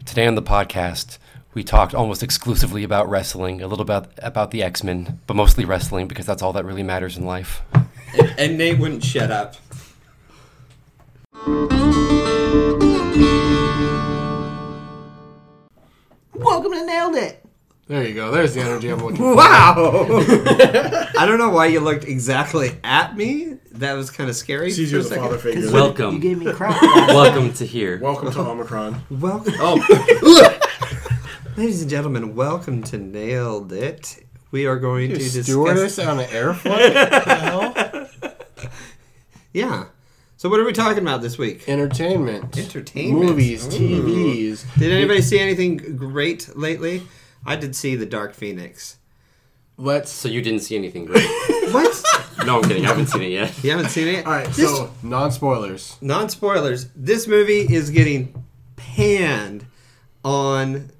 understand the podcast, we talked almost exclusively about wrestling, a little about about the X Men, but mostly wrestling because that's all that really matters in life. And, and Nate wouldn't shut up. Welcome to Nailed It. There you go. There's the energy I'm looking for. Wow! I don't know why you looked exactly at me. That was kind of scary. It's for easier a the second. father figure. Welcome. You gave me crap. Welcome to here. Welcome to Omicron. Welcome. Oh. Ladies and gentlemen, welcome to Nailed It. We are going to discuss. Stewardess on an air flight? What the hell? Yeah. So what are we talking about this week? Entertainment. Entertainment. Movies, TVs. Did anybody see anything great lately? I did see The Dark Phoenix. Let's. So you didn't see anything great. What? No, I'm kidding. I haven't seen it yet. you haven't seen it? All right, This- so non spoilers. non spoilers. This movie is getting panned on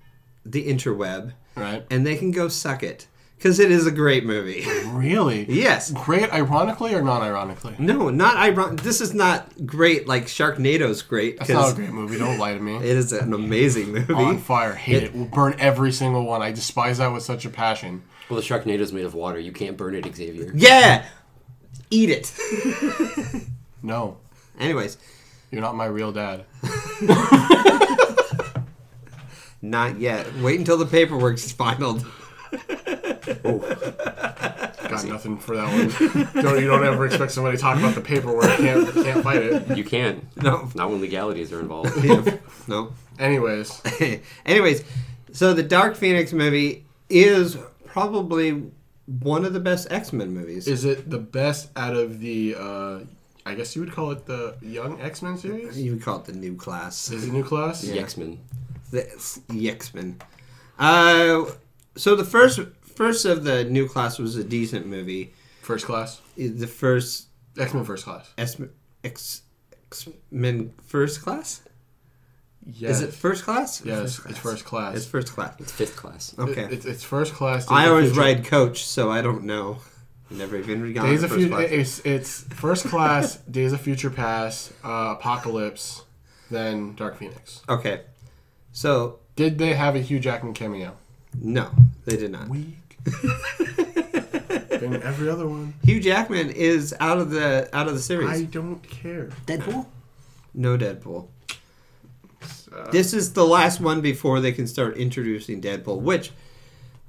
the interweb, Right. and they can go suck it because it is a great movie. Really? yes. Great, ironically or non ironically? No, not ironic. This is not great like Sharknado's great It's not a because great movie. Don't lie to me. it is an amazing movie. On fire. Hate it. We'll burn every single one. I despise that with such a passion. Well, the Sharknado's made of water. You can't burn it, Xavier. Yeah, eat it. No. Anyways, You're not my real dad. not yet. Wait until the paperwork's filed. Got nothing for that one. don't, you don't ever expect somebody to talk about the paperwork. Can't, can't fight it. You can. No. Not when legalities are involved. No. Anyways, Anyways, so the Dark Phoenix movie is probably one of the best X Men movies. is it the best out of the, uh, I guess you would call it the Young X Men series? you would call it the new class, Is it New Class? The X-Men. the X Men. Uh, so the first first of the new class was a decent movie. First Class? The first X Men First Class. X X Men first class. Yes. Is it first class? Yes, it's first class. It's first class. It's fifth class. Okay. It- it's, it's first class. Days I of always Future- ride coach, so I don't know. Never even gone Days to of first future. class. It's, it's first class. Days of Future Past. Uh, Apocalypse. Then Dark Phoenix. Okay, so Did they have a Hugh Jackman cameo? no, they did not. Weak. Been in every other one. Hugh Jackman is out of the out of the series. I don't care. Deadpool? No Deadpool. this is the last one before they can start introducing Deadpool, which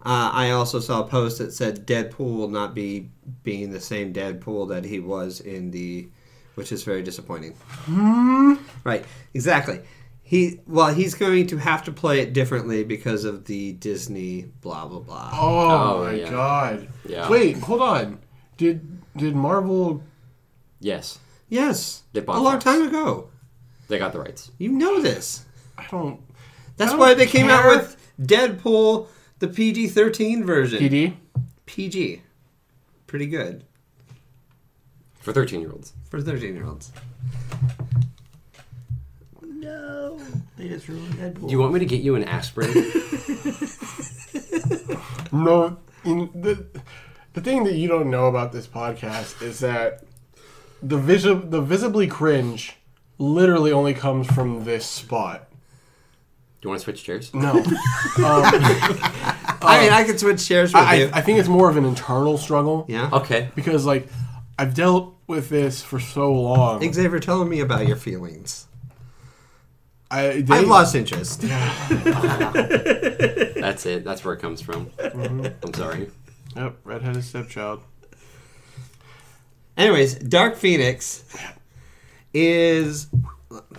uh, I also saw a post that said Deadpool will not be being the same Deadpool that he was in the, which is very disappointing. Hmm? Right, exactly. He well, he's going to have to play it differently because of the Disney blah blah blah. Oh, Oh, my yeah. god. Yeah. Wait, hold on. Did did Marvel? Yes. Yes, They a bought long Fox. time ago. They got the rights. You know this. I don't. That's I why don't they came out care. with Deadpool, the PG thirteen version. PD. PG. Pretty good For 13-year-olds. for 13 year olds. No. They just ruined Deadpool. Do you want me to get you an aspirin? No, in the the thing that you don't know about this podcast is that the visual, the visibly cringe, literally only comes from this spot. Do you want to switch chairs? No, I mean, I could switch chairs with I, you. I think it's more of an internal struggle. yeah. Okay. because like I've dealt with this for so long. Xavier, tell me about your feelings. I, they, I've lost interest. That's it. That's where it comes from. Mm-hmm. I'm sorry. Yep, redheaded stepchild. Anyways, Dark Phoenix is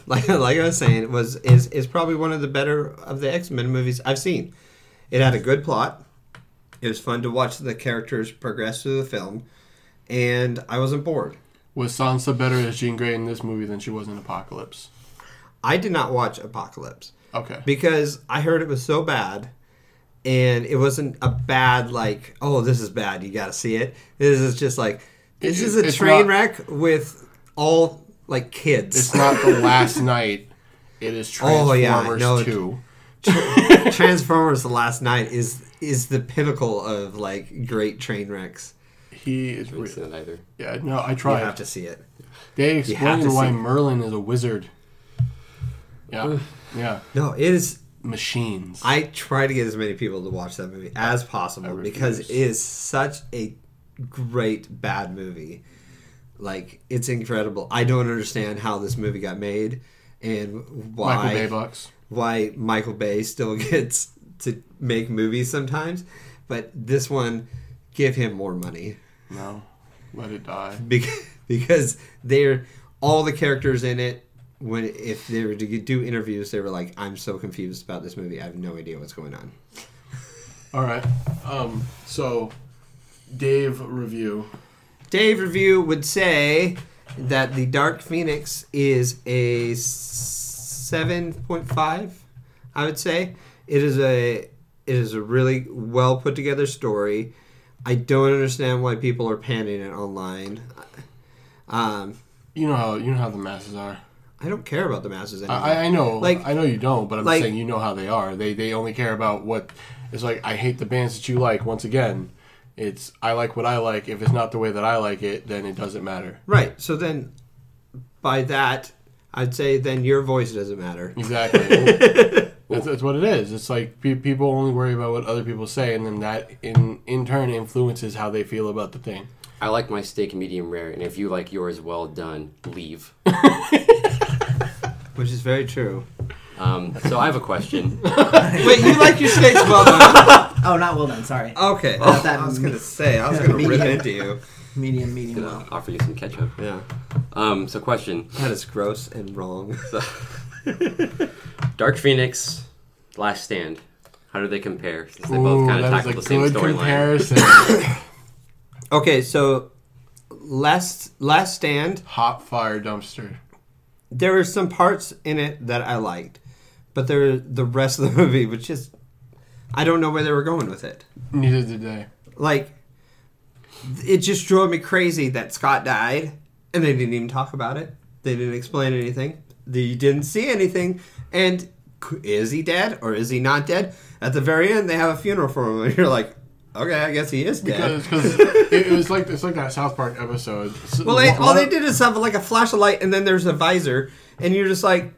like like I was saying was is is probably one of the better of the X Men movies I've seen. It had a good plot. It was fun to watch the characters progress through the film, and I wasn't bored. Was Sansa better as Jean Grey in this movie than she was in Apocalypse? I did not watch Apocalypse. Okay. because I heard it was so bad, and it wasn't a bad like, oh, this is bad. You got to see it. This is just like this It- is a it's train not- wreck with all like it's kids. not the last night. It is Transformers Oh, yeah, I know. Two. Transformers: The Last Night is is the pinnacle of like great train wrecks. He is It's real. not either. Yeah, no, I You tried. have to see it. They have explain to why see- Merlin is a wizard. Yeah, yeah. No, it is machines. I try to get as many people to watch that movie as possible because it is such a great bad movie. Like it's incredible. I don't understand how this movie got made and why Michael Bay bucks. why Michael Bay still gets to make movies sometimes, but this one give him more money No, let it die. because, because they're all the characters in it when if they were to do interviews they were like I'm so confused about this movie. I have no idea what's going on. All right. Um. So, Dave review. Dave Review would say that the Dark Phoenix is a 7.5. I would say it is a it is a really well put together story. I don't understand why people are panning it online. Um, You know how you know how the masses are. I don't care about the masses anymore. I, I know, Like- like I know you don't, but I'm like- saying you know how they are. They they only care about what. It's like I hate the bands that you like. Once again, it's I like what I like. If it's not the way that I like it, then it doesn't matter. right. So then, by that, I'd say then your voice doesn't matter. Exactly. that's, that's what it is. It's like pe- people only worry about what other people say, and then that in in turn influences how they feel about the thing. I like my steak medium rare, and if you like yours well done, leave. Which is very true. Um, so I have a question. Wait, you like your steaks well done? Oh, not well done. Sorry. Okay. Not that I was me- going to say, I was going to rip medium. into you. Medium, medium Gonna well. offer you some ketchup. Yeah. Um, so question: That is gross and wrong. Dark Phoenix, Last Stand. How do they compare? Since they Ooh, both kind of that tackle is the same a good storyline. comparison. Okay, so last last stand, Hot fire dumpster. there were some parts in it that I liked, but there the rest of the movie was just I don't know where they were going with it. Neither did they. Like it just drove me crazy that Scott died and they didn't even talk about it. They didn't explain anything. They didn't see anything and c- is he dead or is he not dead? At the very end they have a funeral for him and you're like, "Okay, I guess he is dead." Because it, it was like it's like that South Park episode. S- Well, they, one- all they did is have like a flashlight, and then there's a visor, and you're just like,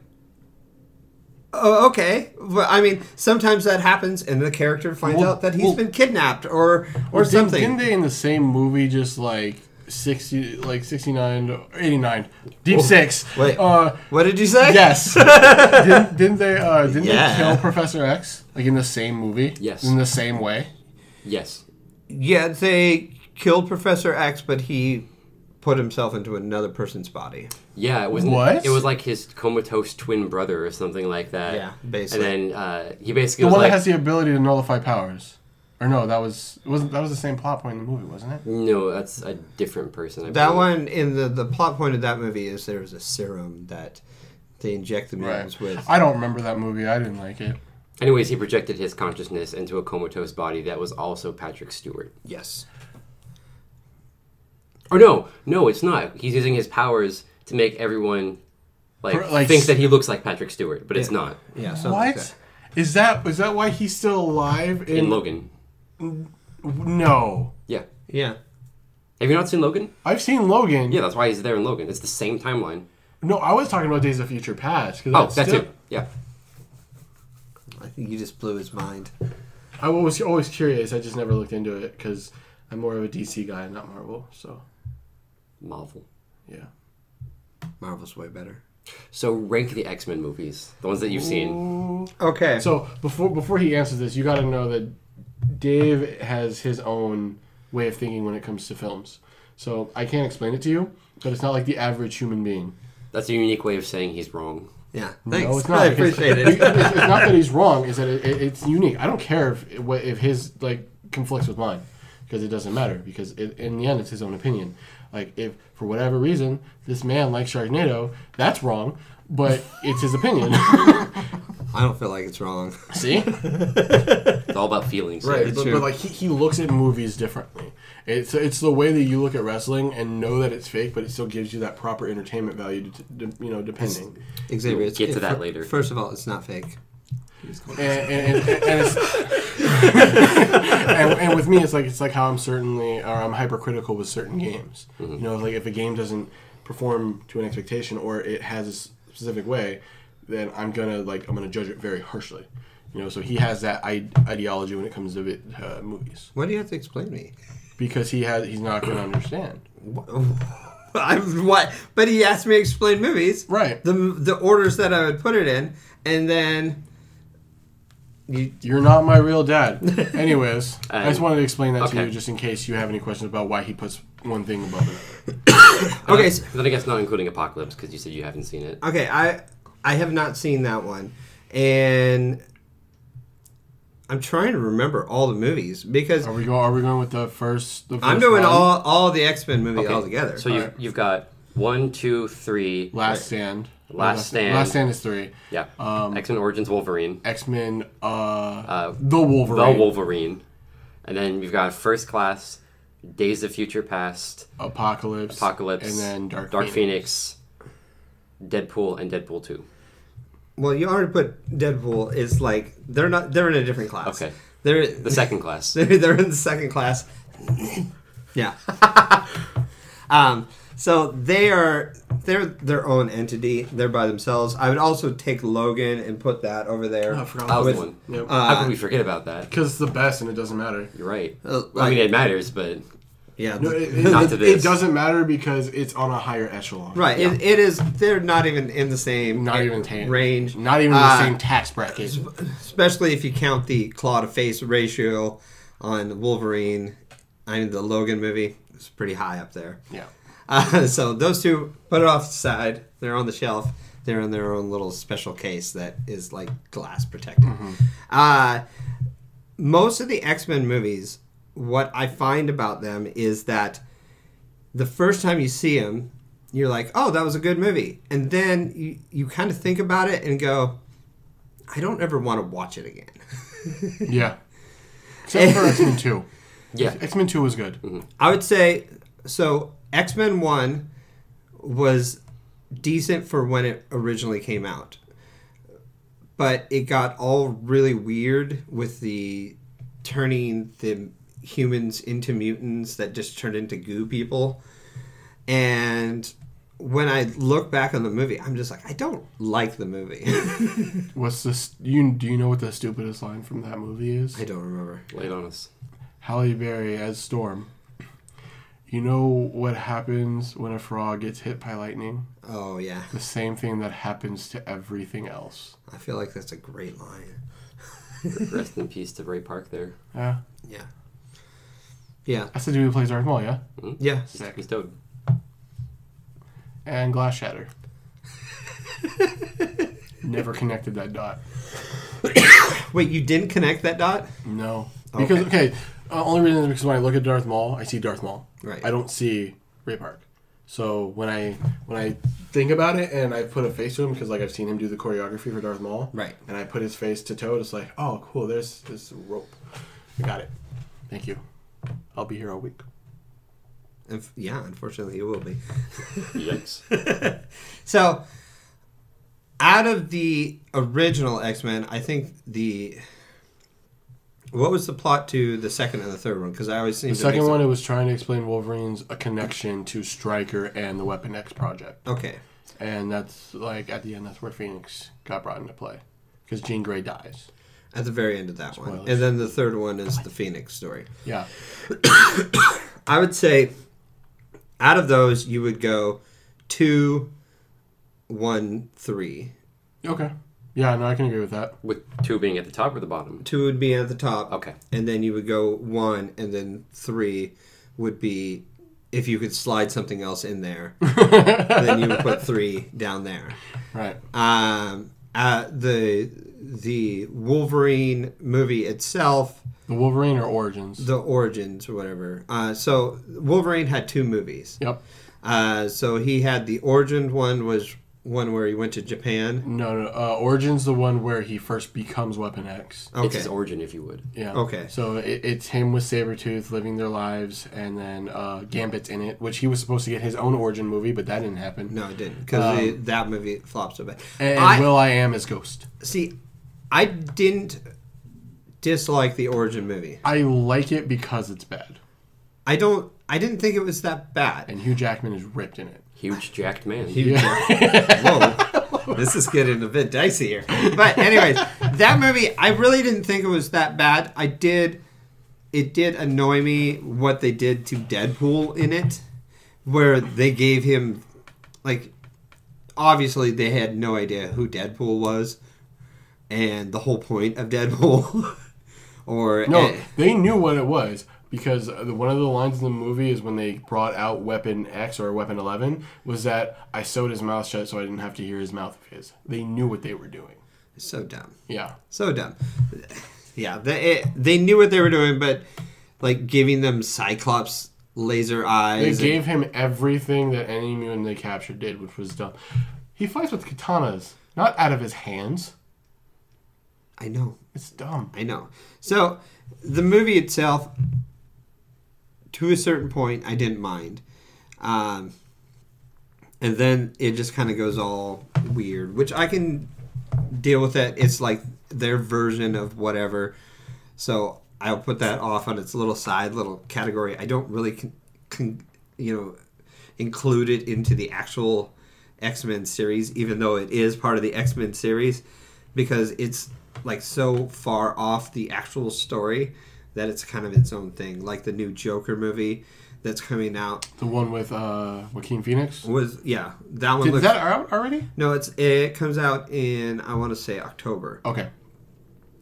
oh, okay. But I mean, sometimes that happens, and the character finds Well- out that he's well- been kidnapped or or Well, didn't- something. Didn't they in the same movie just like sixty, like sixty nine or eighty nine, deep six? Wait. uh, what did you say? yes. didn't, didn't they? Uh, didn't Yeah. they kill Professor X like in the same movie? Yes. In the same way. Yes. Yeah, they killed Professor X, but he put himself into another person's body. Yeah, it was. What? It was like his comatose twin brother or something like that. Yeah, basically. And then uh, he basically The was one like, that has the ability to nullify powers. Or no, that was wasn't that was the same plot point in the movie, wasn't it? "No, that's a different person." I That believe. one in the the plot point of that movie is there was a serum that they inject the mutants with. I don't remember that movie. I didn't like it. Anyways, he projected his consciousness into a comatose body that was also Patrick Stewart. yes. Or no, no, it's not. He's using his powers to make everyone like, Per- like think s- that he looks like Patrick Stewart, but it's not Yeah. What is something like that. that? Is that why he's still alive? in Logan. No, Yeah. Yeah. Have you not seen Logan? I've seen Logan. Yeah, that's why he's there in Logan. It's the same timeline. No, I was talking about Days of Future Past. 'cause Oh, that's still- it. Yeah. I think you just blew his mind. I was always curious. I just never looked into it because I'm more of a DC guy, not Marvel. So, Marvel. yeah. Marvel's way better. So rank the X Men movies, the ones that you've seen. Okay. So before before he answers this, you got to know that Dave has his own way of thinking when it comes to films. So I can't explain it to you, but it's not like the average human being. That's a unique way of saying he's wrong. Yeah, thanks. No, it's not. I appreciate it. It's, it's not that he's wrong. Is that it, it, it's unique. I don't care if it- what- if his like conflicts with mine because it doesn't matter because it, in the end it's his own opinion. Like if for whatever reason this man likes Sharknado, that's wrong, but it's his opinion. I don't feel like it's wrong. See. It's all about feelings. It's Right, but, true. but like he, he looks at movies differently. It's it's the way that you look at wrestling and know that it's fake, but it still gives you that proper entertainment value. To, to- you know, depending. Xavier, it's, Get to that fir- later. First of all, it's not fake. And and, and, and, it's, and, and with me, it's like it's like how I'm certainly or I'm hypercritical with certain games. You know, like if a game doesn't perform to an expectation or it has a s- specific way, then I'm gonna like I'm gonna judge it very harshly. You know, so he has that I- ideology when it comes to it, uh, movies Why do you have to explain to me? because he has he's not going to understand. I'm, what? But he asked me to explain movies, Right. The the orders that I would put it in, and then you You're not my real dad. Anyways, I just wanted to explain that to okay. you just in case you have any questions about why he puts one thing above it. okay. But so- then I guess not including Apocalypse because you said you haven't seen it. Okay, I I have not seen that one, and I'm trying to remember all the movies because Are we going? Are we going with the first? The first I'm doing one? all all the X Men movie Okay. all together. So you've, you've got one, two, three. Last Stand. Last Stand. Last Stand is three. Yeah. Um, X Men Origins Wolverine. X Men. Uh, the Wolverine. The Wolverine. And then you've got First Class, Days of Future Past, Apocalypse. Apocalypse, And then Dark. Phoenix. Deadpool, and Deadpool 2. well, you already put Deadpool is like they're not they're in a different class. Okay. they're The second class. they're, they're in the second class. yeah. um. So they are they're their own entity. They're by themselves. I would also take Logan and put that over there. Oh, I forgot That was about the one. Yep. Uh, How could we forget about that? Because it's the best, and it doesn't matter. You're right. Uh, I mean, like- it matters, but yeah. No, th- it, it- Not it- to it this. doesn't matter because it's on a higher echelon. Right. It, it is. They're not even in the same. Not even tan- range. Not even Ah. Uh, the same tax bracket. Especially if you count the claw to face ratio on Wolverine. I mean, the Logan movie is pretty high up there. Yeah. Uh, so those two put it off to the side. They're on the shelf. They're in their own little special case that is like glass protected. Uh, most of the X Men movies, what I find about them is that the first time you see them, you're like, oh, that was a good movie. And then you, you kind of think about it and go, I don't ever want to watch it again. Yeah. Except for X Men Two. yeah. X Men Two was good. I would say so. X Men One was decent for when it originally came out, but it got all really weird with the turning the humans into mutants that just turned into goo people. And when I look back on the movie, I'm just like, I don't like the movie. What's this? You do you know what the stupidest line from that movie is? I don't remember. Lay it on us. Halle Berry as Storm. You know what happens when a frog gets hit by lightning? Oh yeah, The same thing that happens to everything else. I feel like that's a great line. Rest in peace to Ray Park there. Yeah. Yeah. Yeah. That's the dude who plays Darth Maul, yeah? Yeah. Sick. He's dead. And Glass Shatter. Never connected that dot. Wait, you didn't connect that dot? No. Because, okay, uh, only reason is because when I look at Darth Maul, I see Darth Maul. Right. I don't see Ray Park. So when I when I think about it and I put a face to him because like I've seen him do the choreography for Darth Maul, Right. And I put his face to toe. It's like, oh, cool. There's this rope. I got it. Thank you. I'll be here all week. Unf- Yeah, unfortunately, it will be. Yikes. So, out of the original X Men, I think the what was the plot to the second and the third one? Because I always seem The to second mix one, Up. it was trying to explain Wolverine's a connection to Stryker and the Weapon X project, Okay, and that's like at the end, that's where Phoenix got brought into play because Jean Grey dies. at the very end of that one, Spoilers. and then the third one is the Phoenix story. Yeah, I would say, out of those, you would go two, one, three. Okay. Yeah, no, I can agree with that. With two being at the top or the bottom? Two would be at the top. Okay. and then you would go one, and then three would be if you could slide something else in there, then you would put three down there. Right. Um, uh, the the Wolverine movie itself, The Wolverine or Origins? the origins or whatever. Uh, so Wolverine had two movies. yep. Uh, so he had the origin one was one where he went to Japan. No, no. Uh, Origins the one where he first becomes Weapon X. It's Okay. his origin, if you would. Yeah. Oh, Okay. So it, it's him with Sabretooth living their lives, and then uh, Gambit's in it, which he was supposed to get his own origin movie, but that didn't happen. No, it didn't Um, because that movie flopped so bad. And I- Will I Am is Ghost. See, I didn't dislike the origin movie. I like it because it's bad, I don't. I didn't think it was that bad. and Hugh Jackman is ripped in it. Huge jacked man. Whoa, this is getting a bit dicey here. But anyways, that movie, I really didn't think it was that bad. I did. It did annoy me what they did to Deadpool in it, where they gave him, like, obviously they had no idea who Deadpool was, and the whole point of Deadpool, or No, eh, they knew what it was because uh, the- one of the lines in the movie is when they brought out Weapon X or Weapon Eleven was that I sewed his mouth shut so I didn't have to hear his mouth of his. They knew what they were doing. so dumb. Yeah, So dumb. Yeah, they it, they knew what they were doing, but like giving them Cyclops laser they eyes. and- gave him everything that any mutant they captured did, which was dumb. He fights with katanas, not out of his hands. I know, It's dumb. I know. So the movie itself, to a certain point, I didn't mind, um, and then it just kind of goes all weird, which I can deal with. That it's like their version of whatever. So I'll put that off on its little side, little category. I don't really, con- con- you know, include it into the actual X Men series, even though it is part of the X Men series, because it's like so far off the actual story that it's kind of its own thing. Like the new Joker movie that's coming out The one with uh, Joaquin Phoenix. was yeah, that one Did looks that out already? no, it's it comes out in I want to say October. Okay.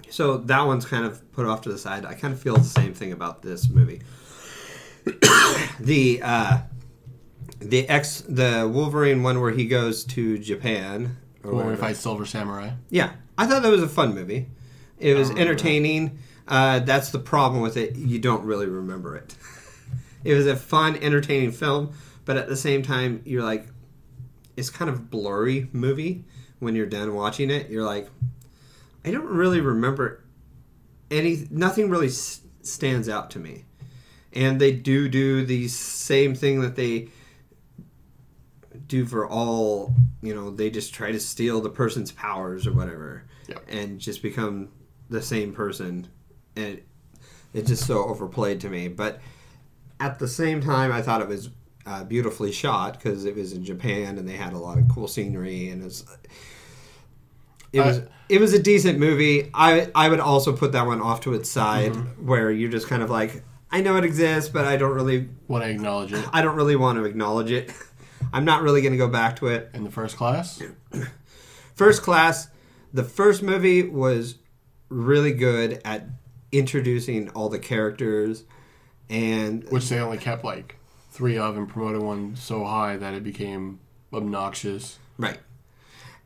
So that one's kind of put off to the side. I kind of feel the same thing about this movie. the uh, the X the Wolverine one where he goes to Japan or Or wherever. if fights Silver Samurai. Yeah, I thought that was a fun movie. It was entertaining. Uh, that's the problem with it; you don't really remember it. it was a fun, entertaining film, but at the same time, you're like, it's kind of blurry movie. When you're done watching it, you're like, I don't really remember any. Nothing really s- stands out to me, and they do do the same thing that they do for all you know they just try to steal the person's powers or whatever Yeah. and just become the same person and it, it's just so overplayed to me but at the same time i thought it was uh, beautifully shot because it was in japan and they had a lot of cool scenery and it's it was I- it was a decent movie i i would also put that one off to its side Mm-hmm. where you're just kind of like i know it exists but i don't really When I acknowledge it I don't really want to acknowledge it. I'm not really going to go back to it. in the first class. First Class, the first movie was really good at introducing all the characters and which they only kept like three of and promoted one so high that it became obnoxious. right.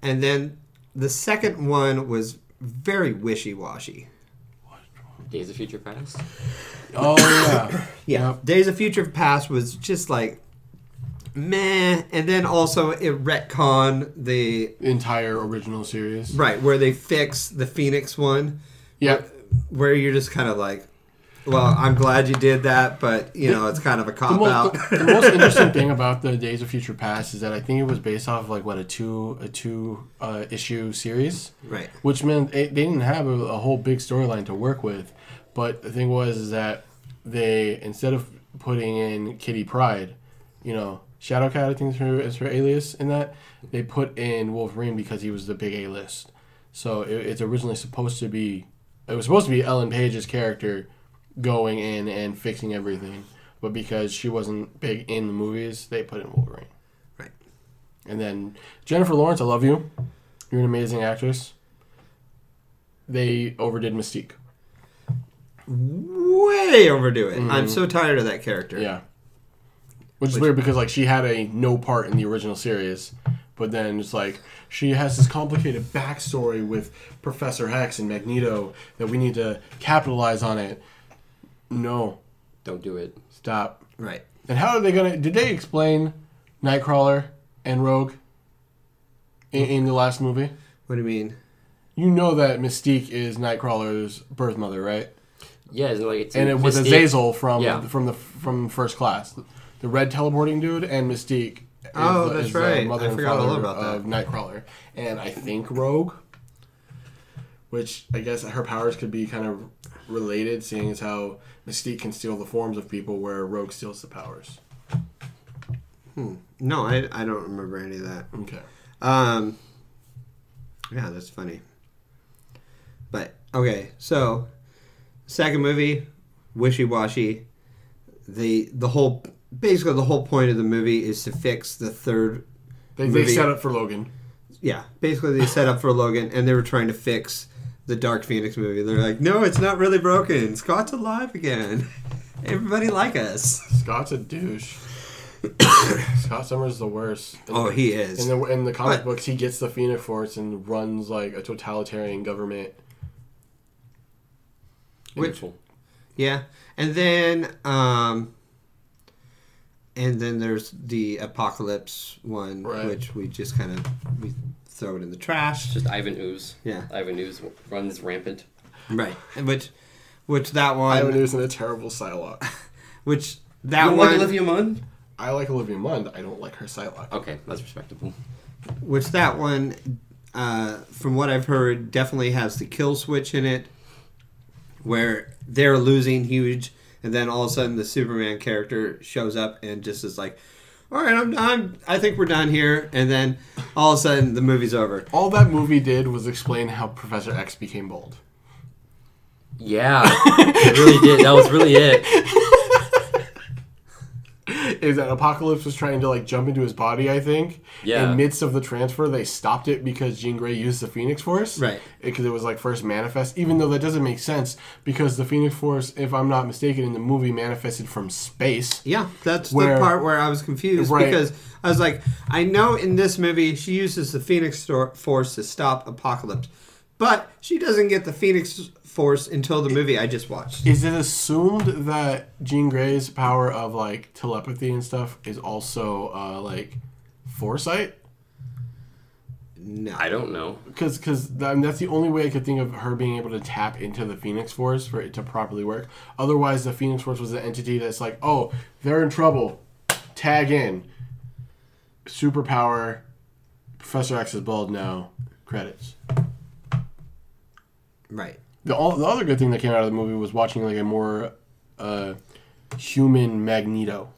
And then the second one was very wishy-washy. Days of Future Past. Oh yeah, Yeah. Yep. Days of Future Past was just like meh and then also it retcon the The entire original series. right where they fix the Phoenix one. Yeah, where you're just kind of like, well, I'm glad you did that, but you know, it's kind of a the cop most, out. the, the most interesting thing about the Days of Future Past is that I think it was based off of like what a two a two uh, issue series, right. which meant it, they didn't have a, a whole big storyline to work with. But the thing was is that they instead of putting in Kitty Pride, you know, Shadowcat I think is her, is her alias in that they put in Wolverine because he was the big A list. So it, it's originally supposed to be it was supposed to be Ellen Page's character going in and fixing everything, but because she wasn't big in the movies, they put in Wolverine. Right. And then Jennifer Lawrence, I love you. You're an amazing actress. They overdid Mystique. Way overdo it. I'm so tired of that character. Yeah. Which is weird because like she had a no part in the original series, but then it's like she has this complicated backstory with Professor Hex and Magneto that we need to capitalize on it. No, Don't do it. stop. Right. And how are they gonna? Did they explain Nightcrawler and Rogue in, in the last movie? What do you mean? You know that Mystique is Nightcrawler's birth mother, right? Yeah, it's like it's and it was Mystique. Azazel from Yeah. from the from first class, the red teleporting dude and Mystique. is Oh, the- that's is the right. mother I and forgot all father about that. Of Nightcrawler, and I think Rogue, which I guess her powers could be kind of related, seeing as how Mystique can steal the forms of people, where Rogue steals the powers. No, I, I don't remember any of that. Okay. Um, yeah, that's funny. Okay, so second movie, wishy washy. The the whole basically the whole point of the movie is to fix the third. They, they Movie. set up for Logan. Yeah, basically they set up for Logan, and they were trying to fix the Dark Phoenix movie. They're like, no, it's not really broken. Scott's alive again. Everybody like us. Scott's a douche. Scott Summers is the worst. In Oh, the, he in is. the in the comic What? books, he gets the Phoenix Force and runs like a totalitarian government. Which- Yeah, and then um, and then there's the apocalypse one, Right. which we just kind of we throw it in the trash. It's just Ivan Ooze. Yeah. Ivan Ooze runs rampant. Right. And which which that I one haven't used in a terrible Psylocke. which You that don't one like Olivia Munn? I like Olivia Munn. I don't like her Psylocke. Okay, that's respectable. which that one uh, from what I've heard definitely has the kill switch in it where they're losing huge and then all of a sudden the Superman character shows up and just is like all right, I'm, I'm I think we're done here and then all of a sudden the movie's over. All that movie did was explain how Professor X became bald. Yeah, it really did. That was really it. Is that Apocalypse was trying to like jump into his body? I think. Yeah. In midst of the transfer, they stopped it because Jean Grey used the Phoenix Force. Right. Because it was like first manifest, even though that doesn't make sense because the Phoenix Force, if I'm not mistaken, in the movie manifested from space. Yeah, that's Where- the part where I was confused Right. because I was like, I know in this movie she uses the Phoenix Stor- Force to stop Apocalypse, but she doesn't get the Phoenix Force until the movie I just watched. Is it assumed that Jean Grey's power of like telepathy and stuff is also uh, like foresight? No, I don't know. because because that's the only way I could think of her being able to tap into the Phoenix Force for it to properly work. Otherwise, the Phoenix Force was an entity that's like, oh, they're in trouble, tag in, superpower, Professor X is bald now, credits. right. The all, the other good thing that came out of the movie was watching like a more uh, human Magneto.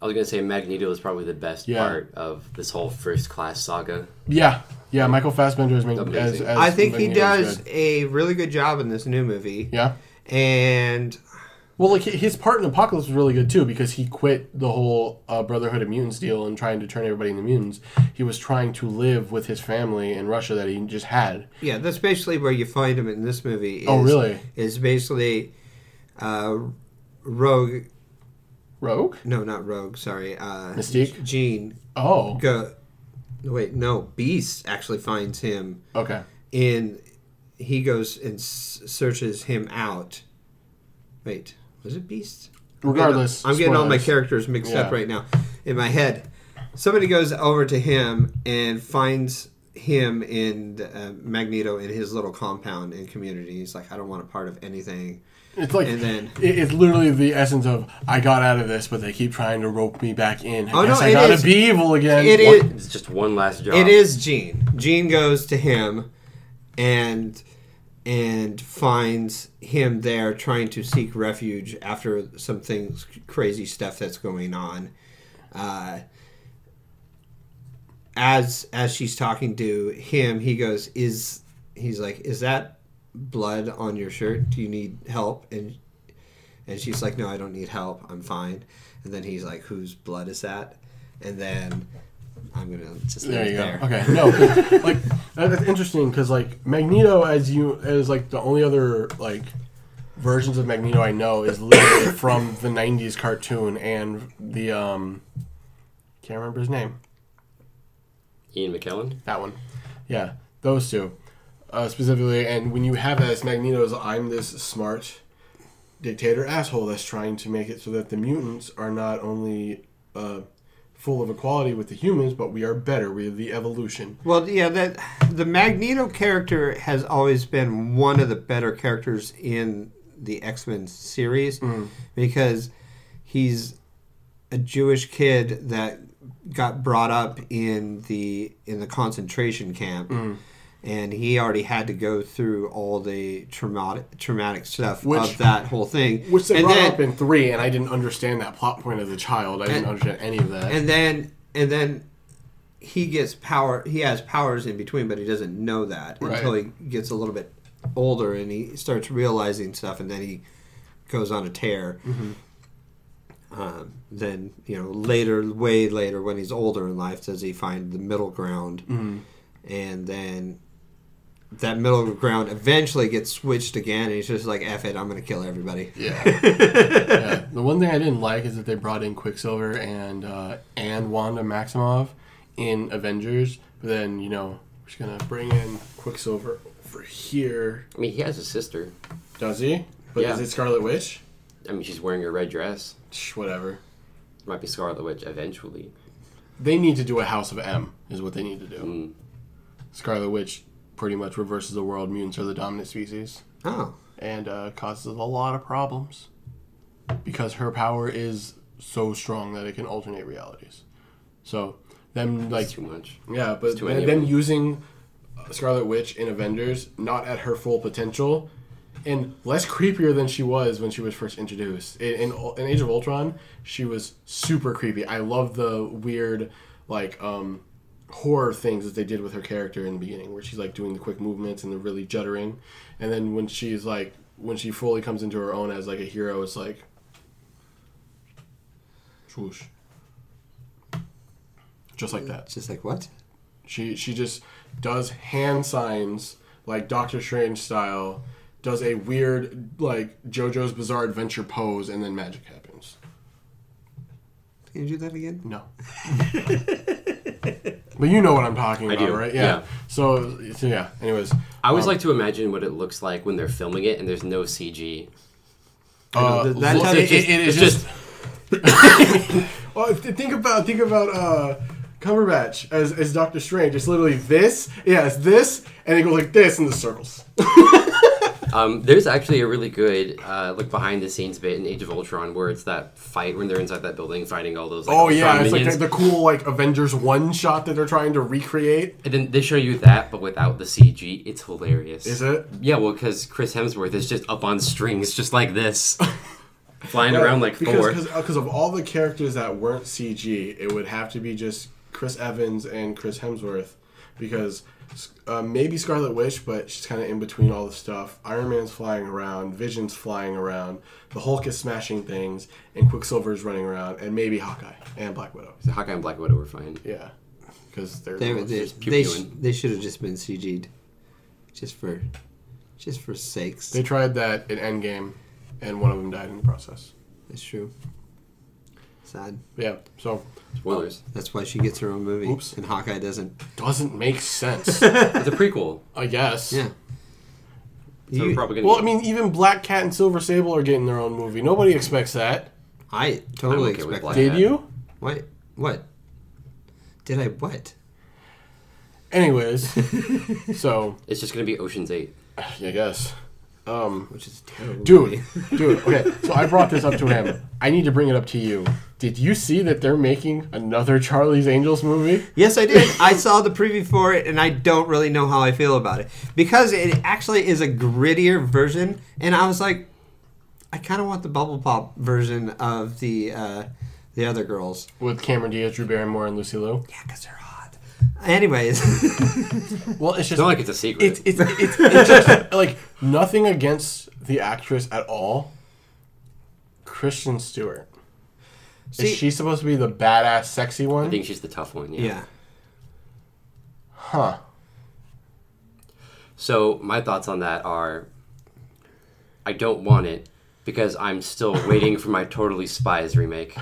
I was gonna say Magneto is probably the best Yeah. part of this whole first class saga. Yeah, yeah. Michael Fassbender is Mag- as, Amazing. as I think he Magneto is does good. a really good job in this new movie. Yeah. And Well, like hi- his part in Apocalypse was really good too because he quit the whole uh, Brotherhood of Mutants deal and trying to turn everybody into mutants. He was trying to live with his family in Russia that he just had. yeah, that's basically where you find him in this movie. Is, Oh, really? Is basically uh, Rogue. Rogue? No, not Rogue. Sorry, uh, Mystique? Jean Oh, go no, wait no beast actually finds him okay. in he goes and s- searches him out wait was it beast Regardless, i'm getting all my spoilers. characters mixed up Yeah. right now in my head somebody goes over to him and finds him in uh, magneto in his little compound in community he's like i don't want a part of anything It's like and then- it- it's literally the essence of I got out of this, but they keep trying to rope me back in. I Oh, no, guess I it gotta is- be evil again. it One- is It's just one last job. Um, It is Gene. Gene goes to him and and finds him there trying to seek refuge after some things crazy stuff that's going on. Uh, as as she's talking to him, he goes, "Is he's like, is that blood on your shirt? Do you need help?" And and she's like, "No, I don't need help. I'm fine." And then he's like, "Whose blood is that?" And then I'm gonna just leave There it you there. go. Okay, no, 'cause, like that- that's interesting because like Magneto, as you as like the only other like versions of Magneto I know is literally from the '90s cartoon and the um can't remember his name. Ian McKellen. That one, yeah, those two uh, specifically. And when you have that, it's Magneto's "I'm this smart dictator asshole" that's trying to make it so that the mutants are not only uh, full of equality with the humans, but we are better. We are the evolution. Well, yeah, that the Magneto character has always been one of the better characters in the X Men series Hmm. because he's a Jewish kid that got brought up in the in the concentration camp, Hmm. and he already had to go through all the traumatic traumatic stuff Which- of that whole thing. Which they and brought then, up in three, and I didn't understand that plot point as a child. I didn't understand any of that. and then and then he gets power he has powers in between but he doesn't know that Right. until he gets a little bit older and he starts realizing stuff, and then he goes on a tear. Mm-hmm. Um, then you know later, way later, when he's older in life, does he find the middle ground, Mm-hmm. and then that middle ground eventually gets switched again, and he's just like, "F it, I'm gonna kill everybody." Yeah. yeah. The one thing I didn't like is that they brought in Quicksilver and uh, and Wanda Maximoff in Avengers, but then you know we're just gonna bring in Quicksilver over here. I mean, he has a sister. Does he? But Yeah. is it Scarlet Witch? I mean, she's wearing a red dress. Shh, whatever. Might be Scarlet Witch eventually. They need to do a House of M. Is what they need to do. Hmm. Scarlet Witch pretty much reverses the world. Mutants are the dominant species. Oh, and uh, causes a lot of problems because her power is so strong that it can alternate realities. So them like It's too much. yeah, but too them, many of them them. using uh, Scarlet Witch in Avengers not at her full potential and less creepier than she was when she was first introduced. In, in, in Age of Ultron, she was super creepy. I love the weird like um horror things that they did with her character in the beginning where she's like doing the quick movements and the really juddering and then when she's like when she fully comes into her own as like a hero it's like swoosh just like that it's just like what? she she just does hand signs like Doctor Strange style, does a weird like JoJo's Bizarre Adventure pose, and then magic happens. Can you do that again? No. but you know what I'm talking I about, do, right? yeah. So, so yeah. Anyways, I always like to imagine what it looks like when they're filming it and there's no CG. uh, th- that's look- how it, they- it- it is it's just. oh, th- think about think about uh, Cumberbatch as as Doctor Strange. It's literally this. Yeah, it's this, and it goes like this in the circles. Um, there's actually a really good uh, look behind the scenes bit in Age of Ultron where it's that fight when they're inside that building fighting all those. Like, Oh yeah, Ultron it's like minions. the, the cool like Avengers one shot that they're trying to recreate. And then they show you that, but without the CG. It's hilarious. Is it? Yeah, well, because Chris Hemsworth is just up on strings, just like this, flying around like Thor. because because of all the characters that weren't CG, it would have to be just Chris Evans and Chris Hemsworth, because uh, maybe Scarlet Witch, but she's kind of in between all the stuff. Iron Man's flying around, Vision's flying around, the Hulk is smashing things, and Quicksilver's running around, and maybe Hawkeye and Black Widow. So Hawkeye and Black Widow were fine. Yeah, because they're They the were- ones they just- pew they, sh- pewing. they should have just been CG'd, just for just for sakes. they tried that in Endgame, and one of them died in the process. That's true. Sad. Yeah, so Spoilers. That's why she gets her own movie, Oops. and Hawkeye doesn't. doesn't make sense. It's a prequel, I guess. Yeah. so we're You- probably gonna. Well, get- I mean, even Black Cat and Silver Sable are getting their own movie. Nobody expects that. I totally I'm okay with expect Black that. Oh, Did Yeah. you? What? What? Did I what? Anyways, so it's just gonna be Ocean's Eight. I guess, um, Which is a terrible. dude, movie. dude. Okay, so I brought this up to him. I need to bring it up to you. Did you see that they're making another Charlie's Angels movie? Yes, I did. I saw the preview for it, and I don't really know how I feel about it because it actually is a grittier version, and I was like, I kind of want the bubble pop version of the uh, the other girls. With Cameron Diaz, Drew Barrymore, and Lucy Liu. Yeah, because they're hot. Anyways, Well, it's It's just not like it's a secret. it's it's it's, it's just, like nothing against the actress at all. Christian Stewart. See- Is she supposed to be the badass, sexy one? I think she's the tough one. Yeah. yeah. huh. So my thoughts on that are, I don't want it because I'm still waiting for my Totally Spies remake.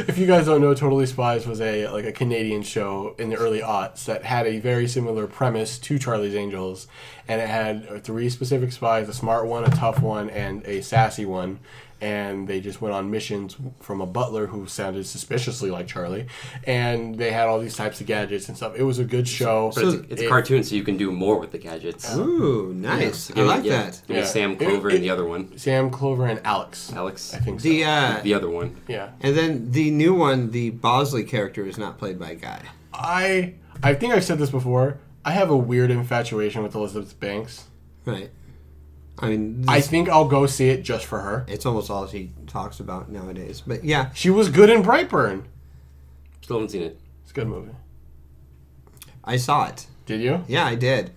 If you guys don't know, Totally Spies was a like a Canadian show in the early aughts that had a very similar premise to Charlie's Angels, and it had three specific spies: a smart one, a tough one, and a sassy one. And they just went on missions from a butler who sounded suspiciously like Charlie, and they had all these types of gadgets and stuff. It was a good show. But it's, a, it's a It- cartoon, so you can do more with the gadgets. Ooh, nice. I Yeah, like yeah. that. Give me Yeah. Sam It- Clover it- and the other one, Sam Clover and Alex. Alex. I think so. The uh, the other one. yeah. And then the new one, the Bosley character is not played by a guy. I I think I've said this before. I have a weird infatuation with Elizabeth Banks. Right. I mean, I this- think I'll go see it just for her. it's almost all she talks about nowadays. But yeah, She was good in Brightburn. Still haven't seen it. It's a good movie. I saw it. Did you? Yeah, I did.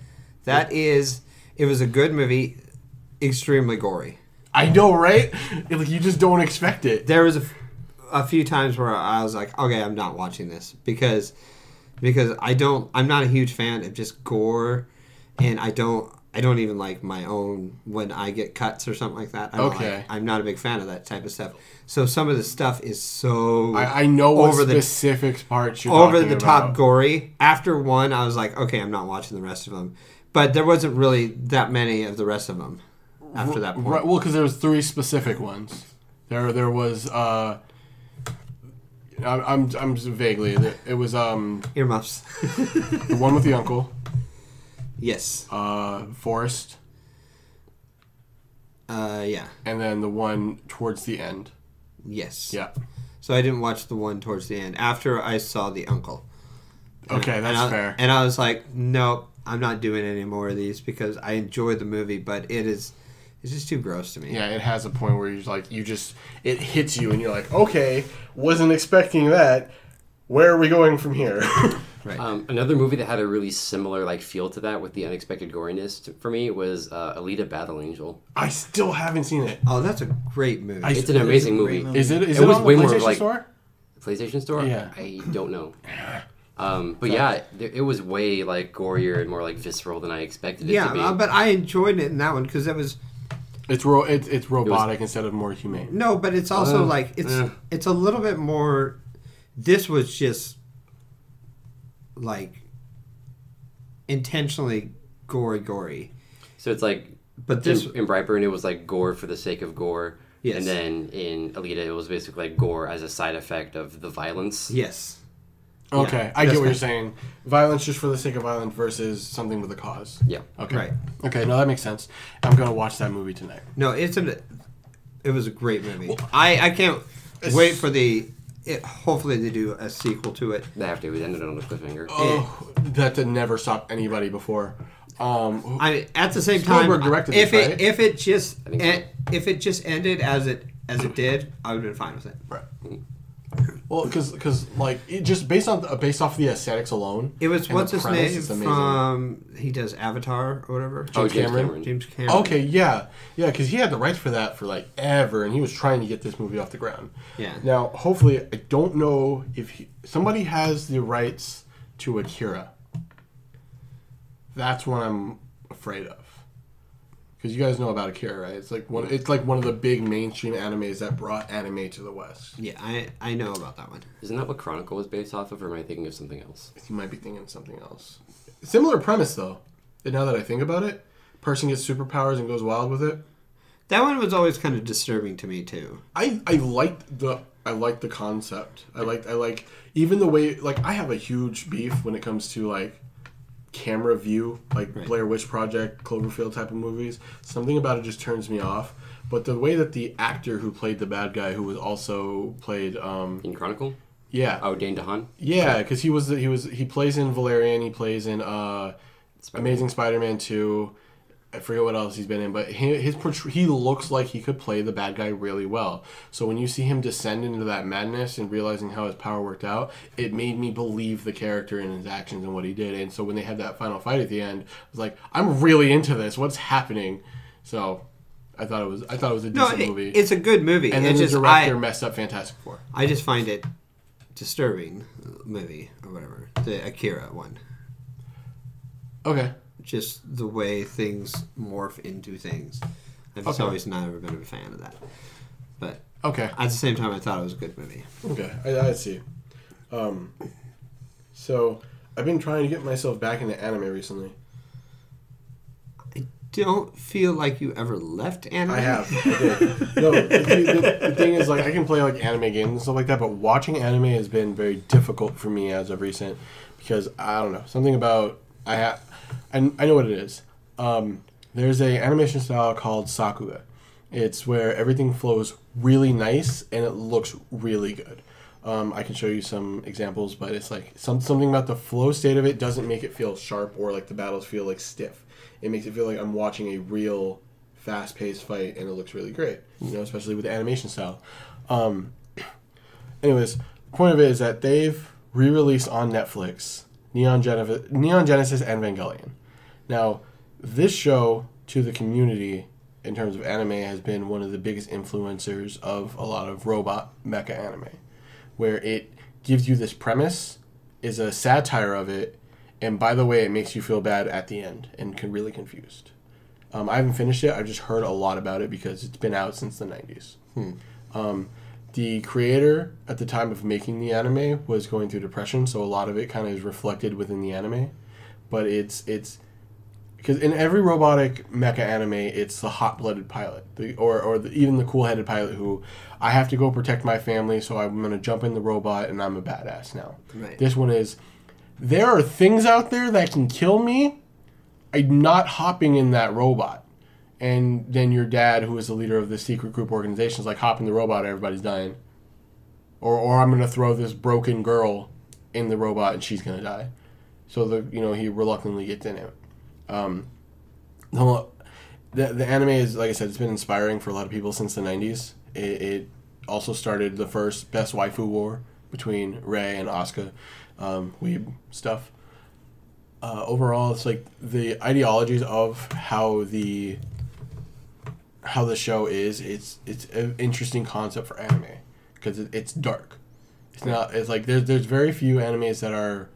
That is It was a good movie, extremely gory. I know, right? It- like you just don't expect it. There was a, f- a few times where I was like, okay, I'm not watching this because because I don't I'm not a huge fan of just gore, and I don't I don't even like my own when I get cuts or something like that. I don't Okay. like- I'm not a big fan of that type of stuff. So some of the stuff is so I, I know what Over the- specific parts you're over talking the top about. gory. After one, I was like, okay, I'm not watching the rest of them. But there wasn't really that many of the rest of them after that point. Right, well, because there was three specific ones. There, there was. Uh, I'm, I'm, I'm just vaguely. It was um Earmuffs. the one with the uncle, yes. uh, Forrest, Uh, yeah. and then the one towards the end. Yes. Yeah. So I didn't watch the one towards the end after I saw the uncle. Okay, and that's I, fair. And I was like, nope, I'm not doing any more of these because I enjoyed the movie, but it is, it's just too gross to me. yeah, it has a point where you're like, you just it hits you, and you're like, okay, wasn't expecting that. Where are we going from here? Um, another movie that had a really similar like feel to that with the unexpected goriness to, for me was uh, Alita: Battle Angel. I still haven't seen it. Oh, that's a great movie. I- It's an amazing great movie. movie. Is it? Is It it, was on way the more of, PlayStation like- Store? PlayStation Store? Yeah. I don't know. Um, but yeah, th- it was way like gorier and more like visceral than I expected it to yeah, be. uh, but I enjoyed it in that one because it was It's ro- it's, it's robotic instead of more humane. No, but it's also Uh, like it's yeah. it's a little bit more. This was just like intentionally gory, gory. so it's like But this, in, in Brightburn, it was like gore for the sake of gore. Yes. And then in Alita, it was basically like gore as a side effect of the violence. yes, Okay, I that's get what you're fine. saying. Violence just for the sake of violence versus something with a cause. Yeah. Okay. Right. Okay, no, that makes sense. I'm gonna watch that movie tonight. no, it's an. It was a great movie. I I can't wait for the. It, hopefully they do a sequel to it. They have to. It ended on a cliffhanger. Oh, that did never stop anybody before. Um, I at the same Spielberg time, directed if this, it right? if it just think en- if it just ended as it as it did, I would have been fine with it. well, because like it just based on uh, based off the aesthetics alone, It was and the what's his premise, name it's amazing. from he does Avatar or whatever. Oh, James Cameron? James Cameron. Okay, yeah, yeah, because he had the rights for that for like ever, and he was trying to get this movie off the ground. Yeah. Now, hopefully, I don't know if he, somebody has the rights to Akira. That's what I'm afraid of, because you guys know about Akira, right? It's like one, it's like one of the big mainstream animes that brought anime to the West. Yeah, I I know about that one. Isn't that what Chronicle was based off of, or am I thinking of something else? You might be thinking of something else. Similar premise though. And now that I think about it, person gets superpowers and goes wild with it. That one was always kind of disturbing to me too. I I liked the I like the concept. I liked I like even the way like I have a huge beef when it comes to like camera view, like Blair Witch Project, Cloverfield type of movies. Something about it just turns me off. But the way that the actor who played the bad guy, who was also played, um, In Chronicle? yeah, Oh, Dane DeHaan? yeah, because he was he was he plays in Valerian. He plays in uh, Amazing Spider-Man Two. I forget what else he's been in, but he, his portray- he looks like he could play the bad guy really well. So when you see him descend into that madness and realizing how his power worked out, it made me believe the character and his actions and what he did. And so when they had that final fight at the end, I was like, I'm really into this. What's happening? So I thought it was I thought it was a No, decent it- movie. it's a good movie. it's and then the just director I, messed up Fantastic Four. I just find it disturbing uh, movie or whatever the Akira one. Okay. Just the way things morph into things. I've just Okay. always never been a fan of that. But Okay. at the same time, I thought it was a good movie. Okay, I, I see. Um, so I've been trying to get myself back into anime recently. I don't feel like you ever left anime. I have. I did. no, the, the- the thing is, like, I can play like anime games and stuff like that, but watching anime has been very difficult for me as of recent because I don't know something about I ha- I, I know what it is. Um, there's a animation style called sakuga. It's where everything flows really nice and it looks really good. Um, I can show you some examples, but it's like some, something about the flow state of it doesn't make it feel sharp or like the battles feel like stiff. It makes it feel like I'm watching a real fast paced fight and it looks really great, you know, especially with the animation style. Um, anyways, the point of it is that they've re released on Netflix Neon, Genev- Neon Genesis and Evangelion. Now, this show to the community in terms of anime has been one of the biggest influencers of a lot of robot mecha anime, where it gives you this premise, is a satire of it, and by the way, it makes you feel bad at the end and can really confused. Um, I haven't finished it. I've just heard a lot about it because it's been out since the '90s. Um, the creator at the time of making the anime was going through depression, so a lot of it kind of is reflected within the anime. But it's it's because in every robotic mecha anime, it's the hot-blooded pilot, the, or or the, even the cool-headed pilot who I have to go protect my family, so I'm gonna jump in the robot and I'm a badass now. Right. This one is there are things out there that can kill me. I'm not hopping in that robot. And then your dad, who is the leader of the secret group organization, is like, hop in the robot, everybody's dying. Or, or I'm going to throw this broken girl in the robot and she's going to die. So, the you know, he reluctantly gets in it. Um, the, whole- the, the anime is, like I said, it's been inspiring for a lot of people since the 90s. It, it also started the first best waifu war between Rei and Asuka, um, weeb stuff uh, overall it's like the ideologies of how the how the show is it's it's an interesting concept for anime because it, it's dark it's not it's like there's there's very few animes that are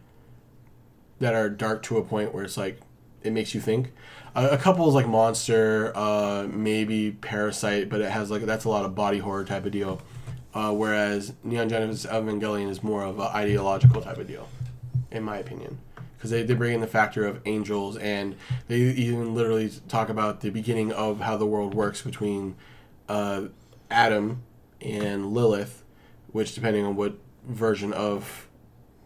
that are dark to a point where it's like it makes you think a, a couple is like monster uh maybe parasite but it has like that's a lot of body horror type of deal uh, whereas neon genesis evangelion is more of an ideological type of deal in my opinion because they, they bring in the factor of angels and they even literally talk about the beginning of how the world works between uh, adam and lilith which depending on what version of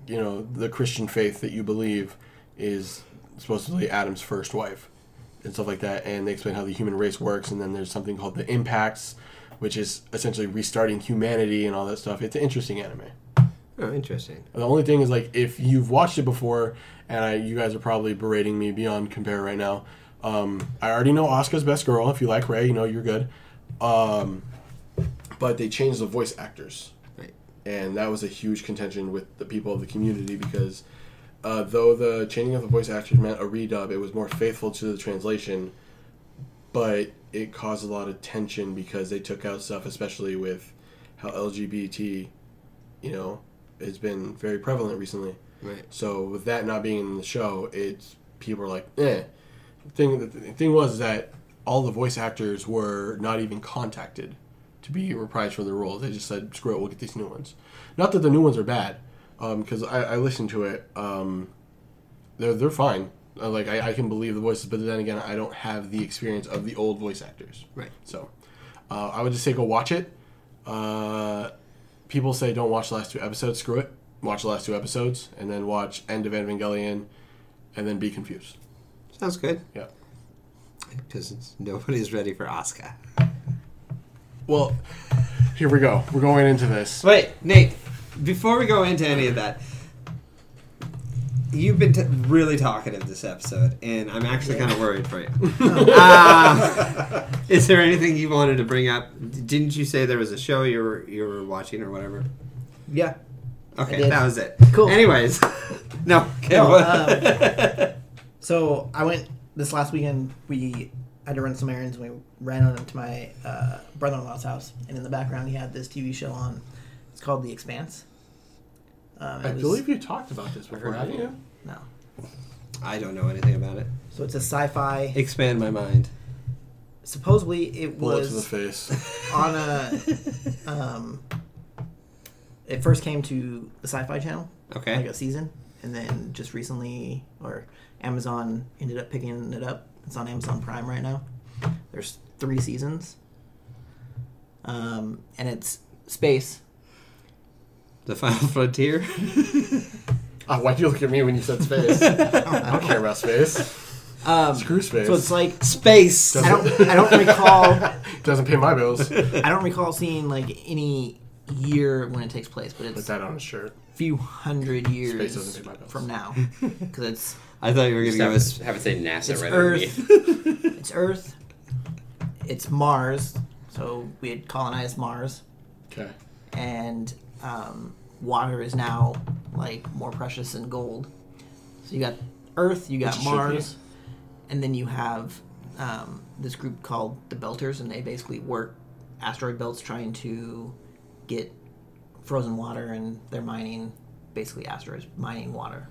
you know the christian faith that you believe is supposedly adam's first wife and stuff like that and they explain how the human race works and then there's something called the impacts which is essentially restarting humanity and all that stuff it's an interesting anime Oh, interesting. the only thing is like if you've watched it before, and I, you guys are probably berating me beyond compare right now. Um, I already know Oscar's best girl. If you like Ray, you know you're good. Um, but they changed the voice actors, Right. and that was a huge contention with the people of the community because uh, though the changing of the voice actors meant a redub, it was more faithful to the translation. But it caused a lot of tension because they took out stuff, especially with how LGBT, you know, has been very prevalent recently. Right. So with that not being in the show, it's people are like, eh. The thing the thing was that all the voice actors were not even contacted to be reprised for their roles. They just said, screw it, we'll get these new ones. Not that the new ones are bad, because I, I listened to it. Um, they're they're fine. Uh, Like I, I can believe the voices, but then again, I don't have the experience of the old voice actors. Right. So, uh, I would just say go watch it. Uh, people say don't watch the last two episodes. Screw it. Watch the last two episodes and then watch End of Evangelion, and then be confused. Sounds good. Yeah. Because nobody's ready for Oscar. Well, here we go. We're going into this. Wait, Nate. Before we go into any of that, you've been t- really talkative this episode, and I'm actually kind of worried for you. uh, is there anything you wanted to bring up? D- Didn't you say there was a show you were you were watching or whatever? Yeah. I Okay, did. that was it. Cool. Anyways, no. um, Okay, No, what- So I went this last weekend. We had to run some errands. and We ran on to my uh, brother-in-law's house, and in the background he had this TV show on. It's called The Expanse. Um, I it was- believe you talked about this before, heard haven't it, you? no. I don't know anything about it. So it's a sci-fi. Expand my mind. supposedly it Bullet to the was face. on a. Um, it first came to the Sci-Fi Channel. Okay. like a season, and then just recently, or Amazon ended up picking it up. It's on Amazon Prime right now. There's three seasons, um, and it's space. The Final Frontier. Ah, why'd you look at me when you said space? I don't care about space. Um, Screw space. so it's like Space. I don't I don't recall Doesn't pay my bills. Put I don't recall seeing like any year when it takes place, but it's a that on a shirt. few hundred years doesn't pay my bills. from now because it's I thought you were gonna Just give have, have us it say NASA it's rather than Earth. me. it's Earth. It's Mars. So we had colonized Mars. Okay. and um, water is now like more precious than gold. So you got Earth, you got Which it should Mars, and then you have um, this group called the Belters, and they basically work asteroid belts trying to get frozen water, and they're mining basically asteroids mining water.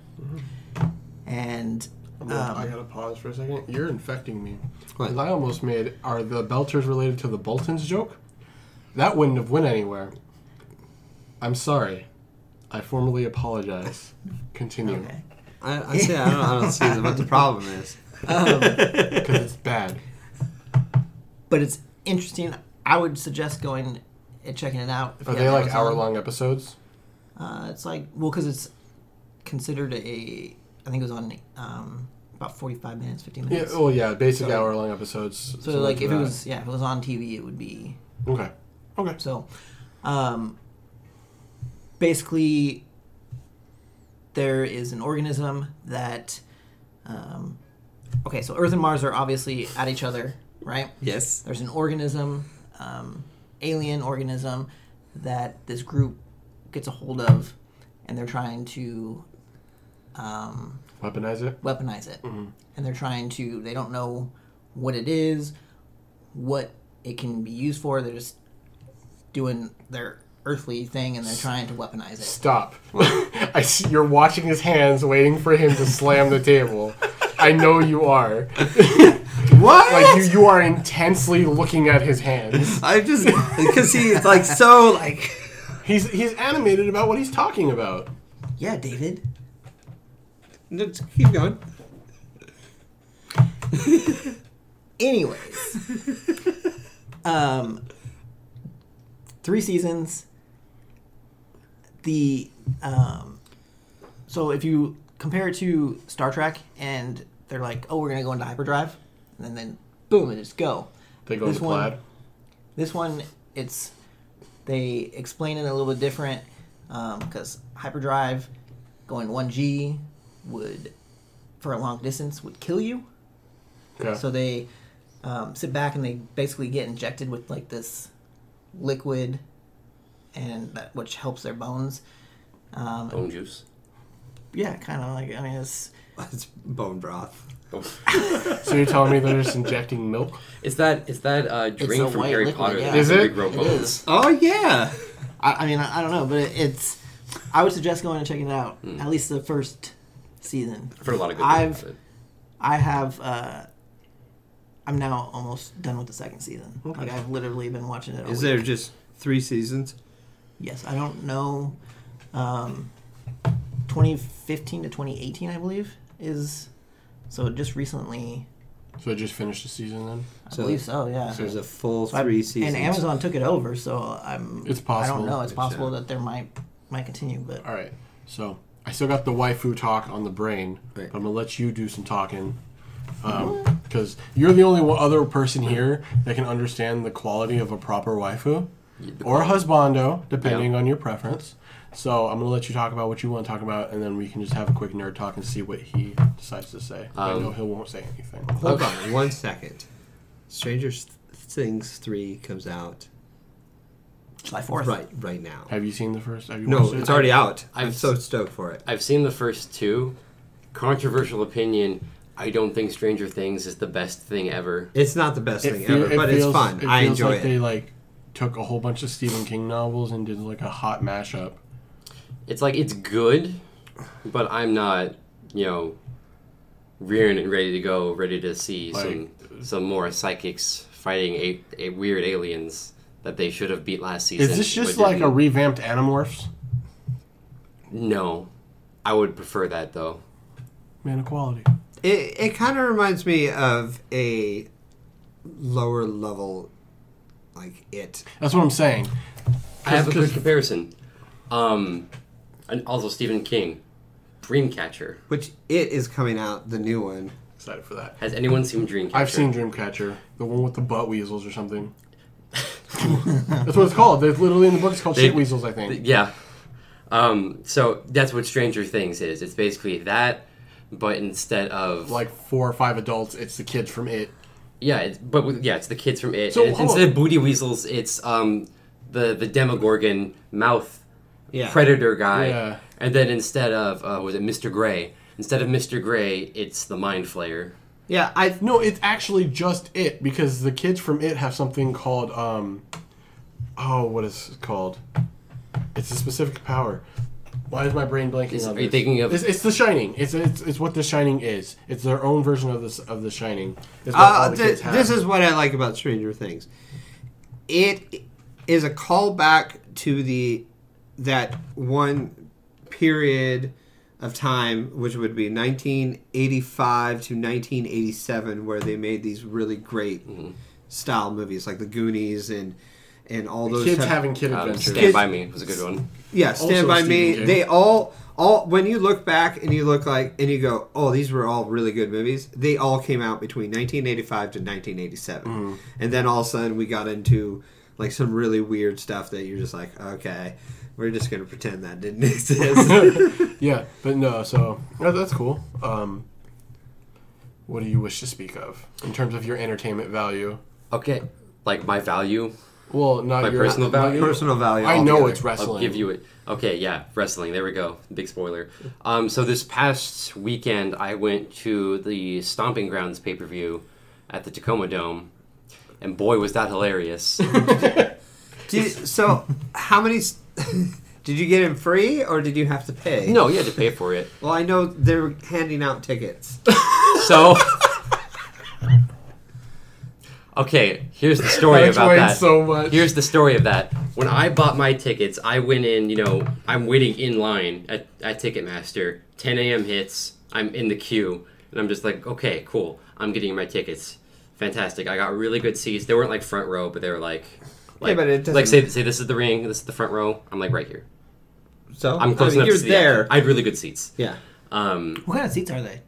And Mm-hmm. I'm gonna- I um, gotta pause for a second. You're infecting me. What? 'Cause I almost made are the Belters related to the Boltons joke? That wouldn't have went anywhere. I'm sorry. I formally apologize. Continue okay. I, I see. I don't, I don't see what the problem is. because it's bad. Um, but it's interesting. I would suggest going and checking it out. If Are you they have like Amazon. hour long episodes? Uh, it's like well, because it's considered a. I think it was on um, about forty-five minutes, fifty Yeah. minutes. Oh yeah, basic hour long episodes. so something like if it that. was yeah, if it was on TV, it would be okay. Okay. so. Um, basically, there is an organism that. Um, okay, so Earth and Mars are obviously at each other, right? Yes. there's an organism, um, alien organism, that this group gets a hold of, and they're trying to um, Weaponize it. weaponize it. And they're trying to, they don't know what it is, what it can be used for. They're just doing their earthly thing and they're trying to weaponize it. Stop. I see you're watching his hands, waiting for him to slam the table. I know you are. What? Like you, you are intensely looking at his hands. I just because he's like so like. He's he's animated about what he's talking about. Yeah, David. No, just keep going. Anyways, um, three seasons. The um, so if you compare it to Star Trek, and they're like, "Oh, we're gonna go into hyperdrive," and then, then boom, and just go. They go This to one- plaid. This one, it's they explain it a little bit different because hyperdrive going one G would for a long distance would kill you. Okay. So they um, sit back and they basically get injected with like this liquid, and that, which helps their bones. Um, Bone juice. yeah, kind of like I mean, it's It's bone broth. So you're telling me they're just injecting milk? Is that is that uh, drink a from white Harry liquid, Potter? yeah. that Is they it? regrow it bones? is. Oh yeah. I, I mean, I, I don't know, but it, it's. I would suggest going and checking it out. At least the first season. I've heard a lot of good I've- things. about it. I have. Uh, I'm now almost done with the second season. Like I've literally been watching it. all Is week. there just three seasons? Yes, I don't know. Um, 2015 to 2018, I believe, is so just recently. So they just finished the season then? I So- believe so. Yeah. So there's a full So I- three seasons. And Amazon took it over, so I'm. It's I possible. don't know. It's It's, possible uh, that there might might continue, but All right. So I still got the waifu talk on the brain, Right. but I'm gonna let you do some talking because you're the only one other person here that can understand the quality of a proper waifu or husbando, depending on your preference. So I'm gonna let you talk about what you want to talk about, and then we can just have a quick nerd talk and see what he decides to say. I Um, know he won't say anything. Hold on one second. Stranger Things three comes out July 4th. right right now. Have you seen the first? Have you No, watched it's it? already out. I'm I've- so stoked for it. I've seen the first two. Controversial opinion. I don't think Stranger Things is the best thing ever. It's not the best thing feel- ever, but it's feels- fun. I feels enjoy like it. They like took a whole bunch of Stephen King novels and did like a hot mashup. It's like it's good, but I'm not, you know, rearing and ready to go, ready to see Like- some some more psychics fighting a, a weird aliens that they should have beat last season. Is this just but like a didn't. revamped Animorphs? no? I would prefer that though. Man of quality. It, it kind of reminds me of a lower level, like it. That's what I'm saying. I have a good 'cause- comparison. Um, and also Stephen King, Dreamcatcher. Which it is coming out the new one. Excited for that. Has anyone seen Dreamcatcher? I've seen Dreamcatcher, the one with the butt weasels or something. That's what it's called. It's literally in the book. It's called They- shit weasels, I think. Yeah. Um, so that's what Stranger Things is. It's basically that, but instead of like four or five adults. It's the kids from it. yeah, it's, but with, yeah, it's the kids from it. So, oh. And it's- hold instead on. of booty weasels, it's um the the Demogorgon mouth Yeah. predator guy. Yeah. And then instead of uh, was it Mr. Gray? Instead of Mr. Gray, it's the Mind Flayer. Yeah, I No, it's actually just it because the kids from it have something called um oh, what is it called? It's a specific power. Why is my brain blanking Is- on are you this? thinking of- it's, it's the Shining? It's, it's it's what the Shining is. It's their own version of this of the Shining. It's what all Uh, the th- kids have. this is what I like about Stranger Things. It is a callback to the that one period of time, which would be 1985 to 1987, where they made these really great style movies, like The Goonies and and all those. kids type- having kid Um, adventures. Stand by me was a good one. yeah, also Stand by Stephen Me. King. They all all when you look back and you look like and you go, oh, these were all really good movies. They all came out between 1985 to 1987, Mm-hmm. and then all of a sudden we got into like some really weird stuff that you're just like, okay, we're just gonna pretend that didn't exist. yeah, but no, so no, that's cool. Um, what do you wish to speak of in terms of your entertainment value? Okay, like my value. Well, not My your personal not value? your- Personal value. I know altogether. it's wrestling. I'll give you it. Okay, yeah, wrestling. There we go. Big spoiler. Um, so this past weekend, I went to the Stomping Grounds pay per view at the Tacoma Dome, and boy, was that hilarious. Did- so how many? s- Did you get him free or did you have to pay? no, you had to pay for it. Well, I know they're handing out tickets. So. Okay, here's the story That about explains that. so much. Here's the story of that. When I bought my tickets, I went in, you know, I'm waiting in line at, at Ticketmaster. 10 a.m. hits, I'm in the queue, and I'm just like, okay, cool. I'm getting my tickets. Fantastic. I got really good seats. They weren't like front row, but they were like, like, but it like doesn't- say, say this is the ring, this is the front row. I'm like right here. So I'm close I enough mean, You're to the there. I had really good seats. yeah. Um, What kind of seats are they?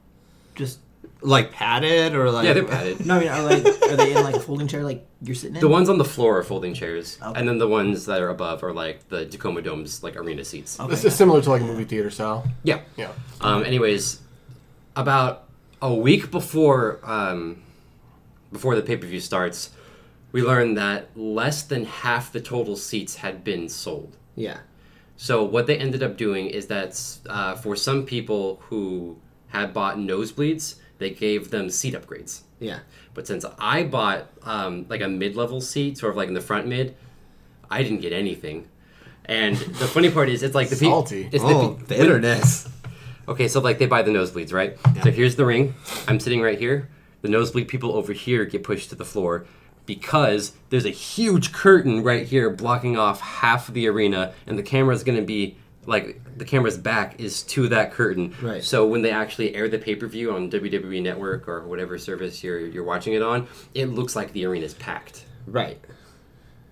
Just like padded or like yeah, they're padded. no, I mean, are, like, are they in like a folding chair like you're sitting in? The ones on the floor are folding chairs, Okay. and then the ones that are above are like the Tacoma Dome's like arena seats. This is similar to like a movie theater style. Yeah. Yeah. Um, anyways, about a week before um, before the pay per view starts, we learned that less than half the total seats had been sold. yeah So what they ended up doing is that uh, for some people who had bought nosebleeds, they gave them seat upgrades. yeah But since I bought um, like a mid level seat, sort of like in the front mid, I didn't get anything. And the funny part is, it's like the people. Salty. It's oh the, pe- bitterness Okay, so like they buy the nosebleeds, right? So here's the ring. I'm sitting right here. The nosebleed people over here get pushed to the floor because there's a huge curtain right here blocking off half of the arena, and the camera's gonna be like the camera's back is to that curtain. Right. So when they actually air the pay per view on WWE Network or whatever service you're you're watching it on, it looks like the arena's packed. right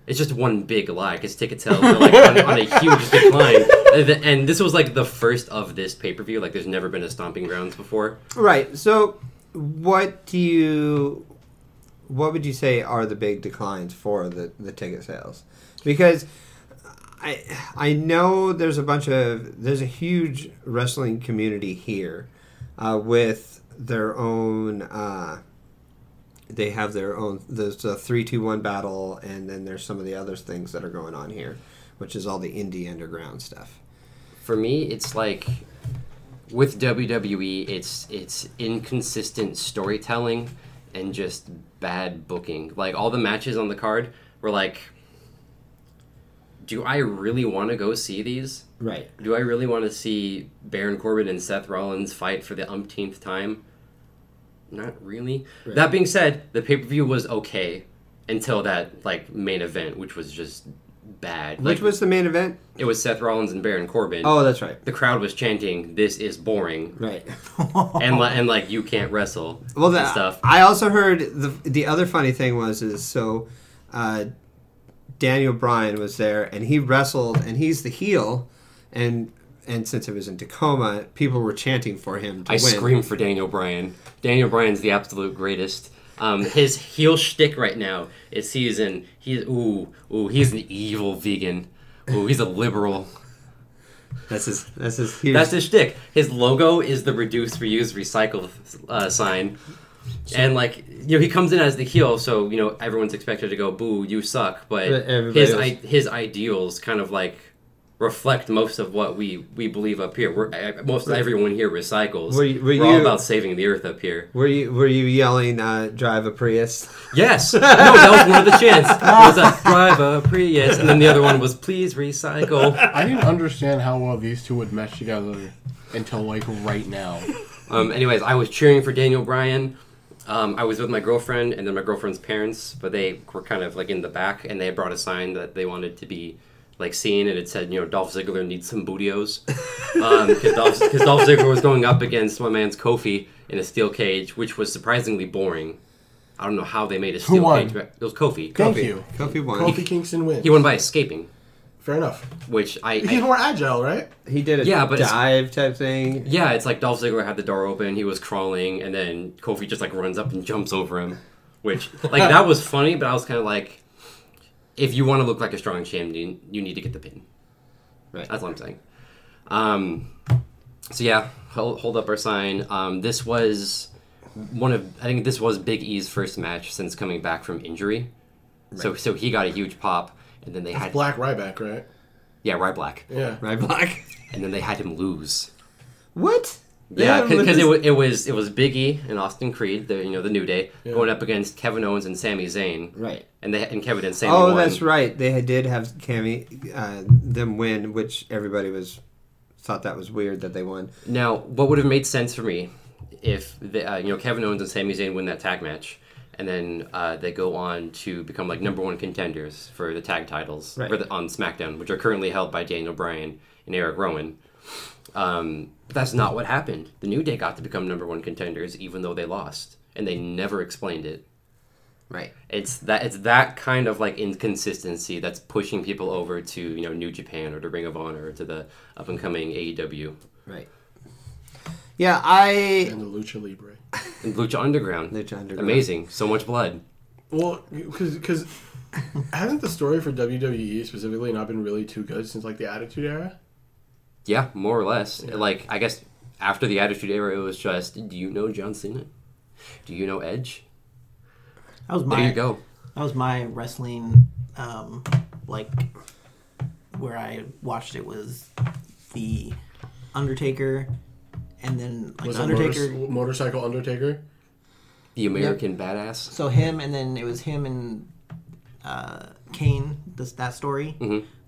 It's just one big lie because ticket sales are like on, on a huge decline. And, th- and this was like the first of this pay per view. Like, there's never been a stomping grounds before. right so what do you what would you say are the big declines for the the ticket sales because i i know there's a bunch of there's a huge wrestling community here uh, with their own uh they have their own there's a three two one battle and then there's some of the other things that are going on here which is all the indie underground stuff For me, it's like with WWE, it's it's inconsistent storytelling and just bad booking. Like all the matches on the card were like, do I really want to go see these? right Do I really want to see Baron Corbin and Seth Rollins fight for the umpteenth time? Not really. Right. That being said, the pay per view was okay until that like main event, which was just bad. Which Like, was the main event? it was Seth Rollins and Baron Corbin. Oh, that's right. The crowd was chanting, "This is boring," Right. and li- and like you can't wrestle Well, and that stuff. I also heard the the other funny thing was is so uh, Daniel Bryan was there and he wrestled and he's the heel and and since it was in Tacoma, people were chanting for him to I win. scream for Daniel Bryan. Daniel Bryan's the absolute greatest. Um, his heel shtick right now is he's an he's ooh ooh he's an evil vegan. Ooh, he's a liberal. That's his. That's his. Huge, That's his shtick. His logo is the reduce, reuse, recycle uh, sign, and like you know, he comes in as the heel, so you know everyone's expected to go, "Boo, you suck." But But everybody his else- I- his ideals kind of like reflect most of what we we believe up here. We're eh, most everyone here recycles. Were you- were are all you- about saving the earth up here. Were you were you yelling uh, drive a Prius? Yes. No, that was one of the chants. It was a drive a Prius, and then the other one was please recycle. I didn't understand how well these two would mesh together until like right now. Um, anyways, I was cheering for Daniel Bryan. Um, I was with my girlfriend and then my girlfriend's parents, but they were kind of like in the back, and they brought a sign that they wanted to be like seen, and it said, you know, Dolph Ziggler needs some bootios, because Dolph, 'cause Dolph Ziggler was going up against my man's Kofi in a steel cage, which was surprisingly boring. I don't know how they made a steel won? cage. It was Kofi. Thank Kofi. you. Kofi won. Kofi Kingston wins. He won by escaping, Fair enough. which I, He's I more agile, right? He did a Yeah, but it's- dive type thing. Yeah, it's like Dolph Ziggler had the door open, he was crawling, and then Kofi just like runs up and jumps over him. Which like that was funny, but I was kinda like if you want to look like a strong champion, you need to get the pin. Right. That's what I'm saying. Um so yeah, hold, hold up our sign. Um this was one of I think this was Big E's first match since coming back from injury. So so he got a huge pop and then they had Black Ryback, right? Yeah, right black. Yeah. Right, Black. And then they had him lose. What? Yeah, but because this- it, wa- it was it was Biggie and Austin Creed, the you know the New Day, going up against Kevin Owens and Sami Zayn, Right. and they and Kevin and Sami. Oh, won. that's right. They did have Cammy uh, them win, which everybody was thought that was weird that they won. Now, what would have made sense for me if the, uh, you know Kevin Owens and Sami Zayn win that tag match, and then uh, they go on to become like number one contenders for the tag titles Right. for the, on SmackDown, which are currently held by Daniel Bryan and Eric Rowan. Um, but that's not what happened. The New Day got to become number one contenders, even though they lost, and they never explained it. Right. it's that it's that kind of like inconsistency that's pushing people over to you know New Japan or to Ring of Honor or to the E up and coming AEW Right. Yeah, I. And the Lucha Libre. and Lucha Underground. Lucha Underground. amazing, so much blood. Well, because hasn't the story for WWE specifically not been really too good since like the Attitude Era? Yeah, more or less. Like I guess after the Attitude Era, it was just do you know John Cena? Do you know Edge? That was my. There you go. That was my wrestling, um, like where I watched it was the Undertaker, and then like Was the it motor- Undertaker. motorcycle Undertaker? The American Badass. So him, and then it was him and uh, Kane. This that story.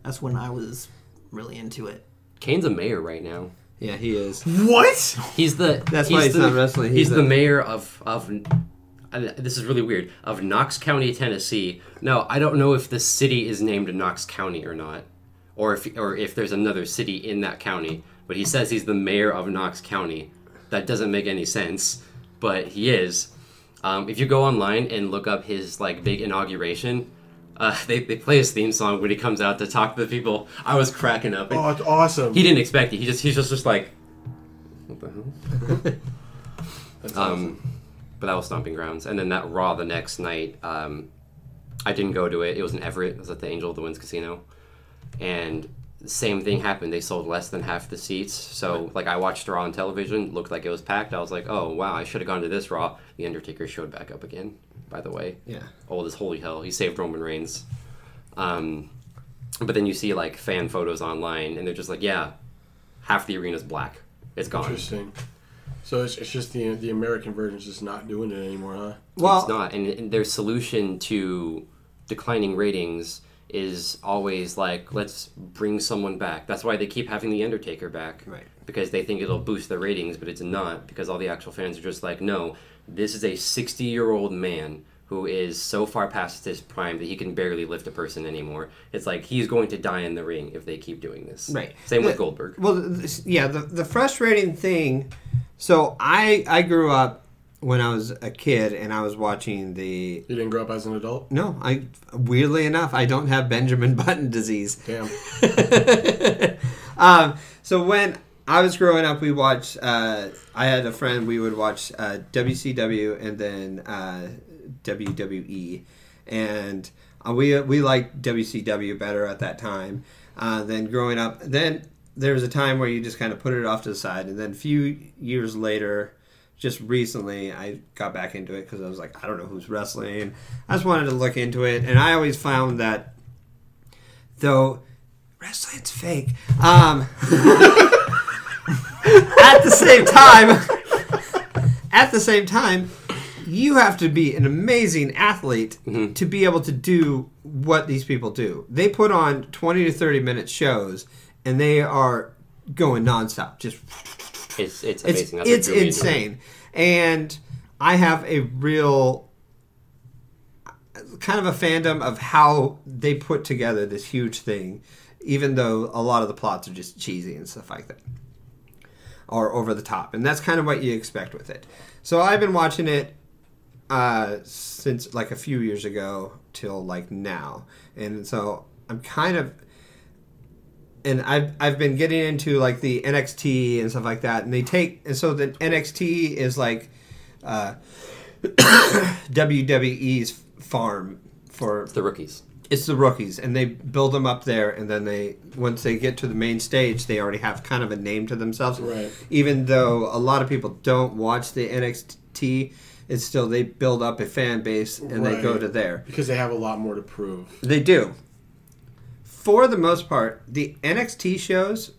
That's when I was really into it. Kane's a mayor right now. Yeah, he is. What? He's the. That's why he's the, not wrestling, he's the a- mayor of of. I mean, this is really weird. Of Knox County, Tennessee. Now I don't know if the city is named Knox County or not, or if or if there's another city in that county. But he says he's the mayor of Knox County. That doesn't make any sense, but he is. Um, if you go online and look up his like big inauguration, uh, they, they play his theme song when he comes out to talk to the people. I was cracking up. Oh, it's awesome. He didn't expect it. He just he's just just like, what the hell? That's Um, but that was Stomping Grounds, and then that Raw the next night. Um, I didn't go to it. It was in Everett. It was at the Angel of the Winds Casino, and the same thing happened. They sold less than half the seats. So like I watched Raw on television, looked like it was packed. I was like, oh wow, I should have gone to this Raw. The Undertaker showed back up again. By the way, Yeah. oh this holy hell, he saved Roman Reigns. Um, but then you see like fan photos online, and they're just like, yeah, half the arena's black. It's gone. Interesting. So it's, it's just the the American version's just not doing it anymore, huh? it's Well, not and, and their solution to declining ratings is always like let's bring someone back that's why they keep having the undertaker back Right. because they think it'll boost their ratings but it's not because all the actual fans are just like no this is a 60 year old man who is so far past his prime that he can barely lift a person anymore it's like he's going to die in the ring if they keep doing this Right. same with The- goldberg well, this- yeah. The, the frustrating thing. So I I grew up when I was a kid and I was watching the. You didn't grow up as an adult. No, I weirdly enough I don't have Benjamin Button disease. Damn. um, so when I was growing up, we watched. Uh, I had a friend. We would watch uh, WCW and then uh, WWE, and uh, we we liked WCW better at that time uh, than growing up. Then there was a time where you just kind of put it off to the side, and then a few years later. Just recently, I got back into it because I was like, I don't know who's wrestling. I just wanted to look into it, and I always found that though wrestling's fake. Um, at the same time, at the same time, you have to be an amazing athlete to be able to do what these people do. They put on twenty to thirty minute shows, and they are going nonstop, just It's it's it's amazing. it's what drew me into it. insane, and I have a real kind of a fandom of how they put together this huge thing, even though a lot of the plots are just cheesy and stuff like that, or over the top, and that's kind of what you expect with it. So I've been watching it uh, since like a few years ago till like now, and so I'm kind of and I've I've been getting into like the NXT and stuff like that, and they take and so the NXT is like uh, WWE's farm for It's the rookies. it's the rookies, and they build them up there, and then they once they get to the main stage, they already have kind of a name to themselves. Right. Even though a lot of people don't watch the NXT, it's still they build up a fan base and they go Right. to there. because they have a lot more to prove. They do. For the most part, the NXT shows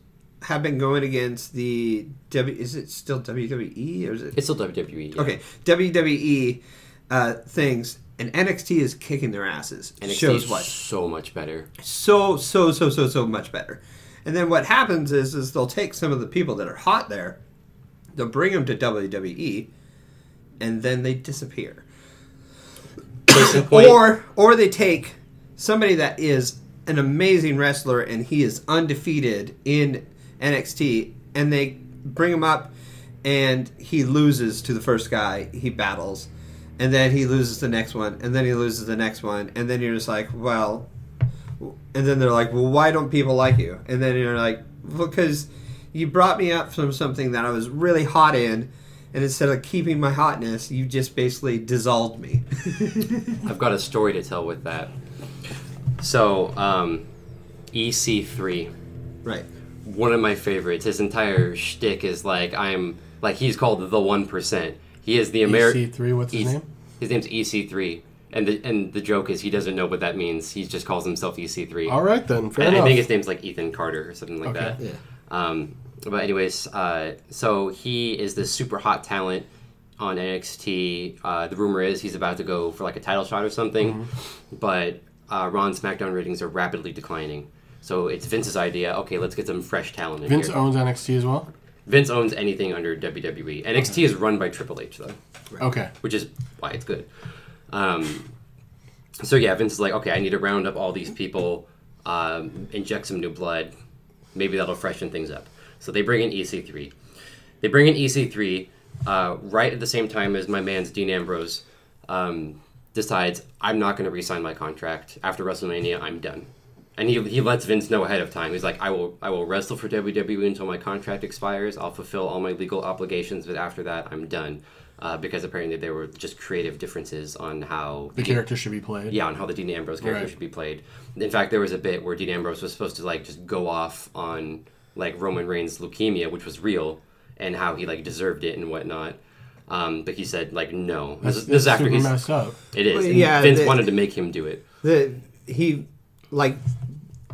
have been going against the W. Is it still WWE or is it It's still WWE. yeah. okay WWE uh, things? And NXT is kicking their asses. NXT shows is what so much better. so so so so so much better. And then what happens is is they'll take some of the people that are hot there, they'll bring them to WWE, and then they disappear. Case in point, Or or they take somebody that is an amazing wrestler and he is undefeated in NXT and they bring him up and he loses to the first guy he battles and then he loses the next one and then he loses the next one and then you're just like well and then they're like well why don't people like you and then you're like because you brought me up from something that I was really hot in and instead of keeping my hotness you just basically dissolved me I've got a story to tell with that. So, um, EC3. right one of my favorites. His entire shtick is like I'm like he's called the one percent. He is the E American EC3, E what's his name? His name's EC3, and the and the joke is he doesn't know what that means. He just calls himself E EC3. All right then, fair And I enough. think his name's like Ethan Carter or something like Okay. that. Um, but anyways, uh, so he is this super hot talent on NXT. Uh, the rumor is he's about to go for like a title shot or something, Mm-hmm. but uh, Raw and SmackDown ratings are rapidly declining. So it's Vince's idea. Okay, let's get some fresh talent in Vince here. owns NXT as well. Vince owns anything under E. WWE. NXT is run by Triple H though, Okay, which is why it's good. Um, so yeah, Vince is like, okay, I need to round up all these people, um, inject some new blood. Maybe that'll freshen things up. So they bring in EC3. They bring in EC3 uh, right at the same time as my man's Dean Ambrose um, decides I'm not going to re-sign my contract after WrestleMania. I'm done. And he, he lets Vince know ahead of time. He's like, I will I will wrestle for WWE until my contract expires. I'll fulfill all my legal obligations, but after that, I'm done. Uh, because apparently there were just creative differences on how the character should be played. yeah, on how the Dean Ambrose character Right. should be played. In fact, there was a bit where Dean Ambrose was supposed to like just go off on like Roman Reigns' leukemia, which was real, and how he like deserved it and whatnot. Um, but he said like no. This, is- this is after super he's messed up. it is. Well, And yeah, Vince the- wanted to make him do it. the he like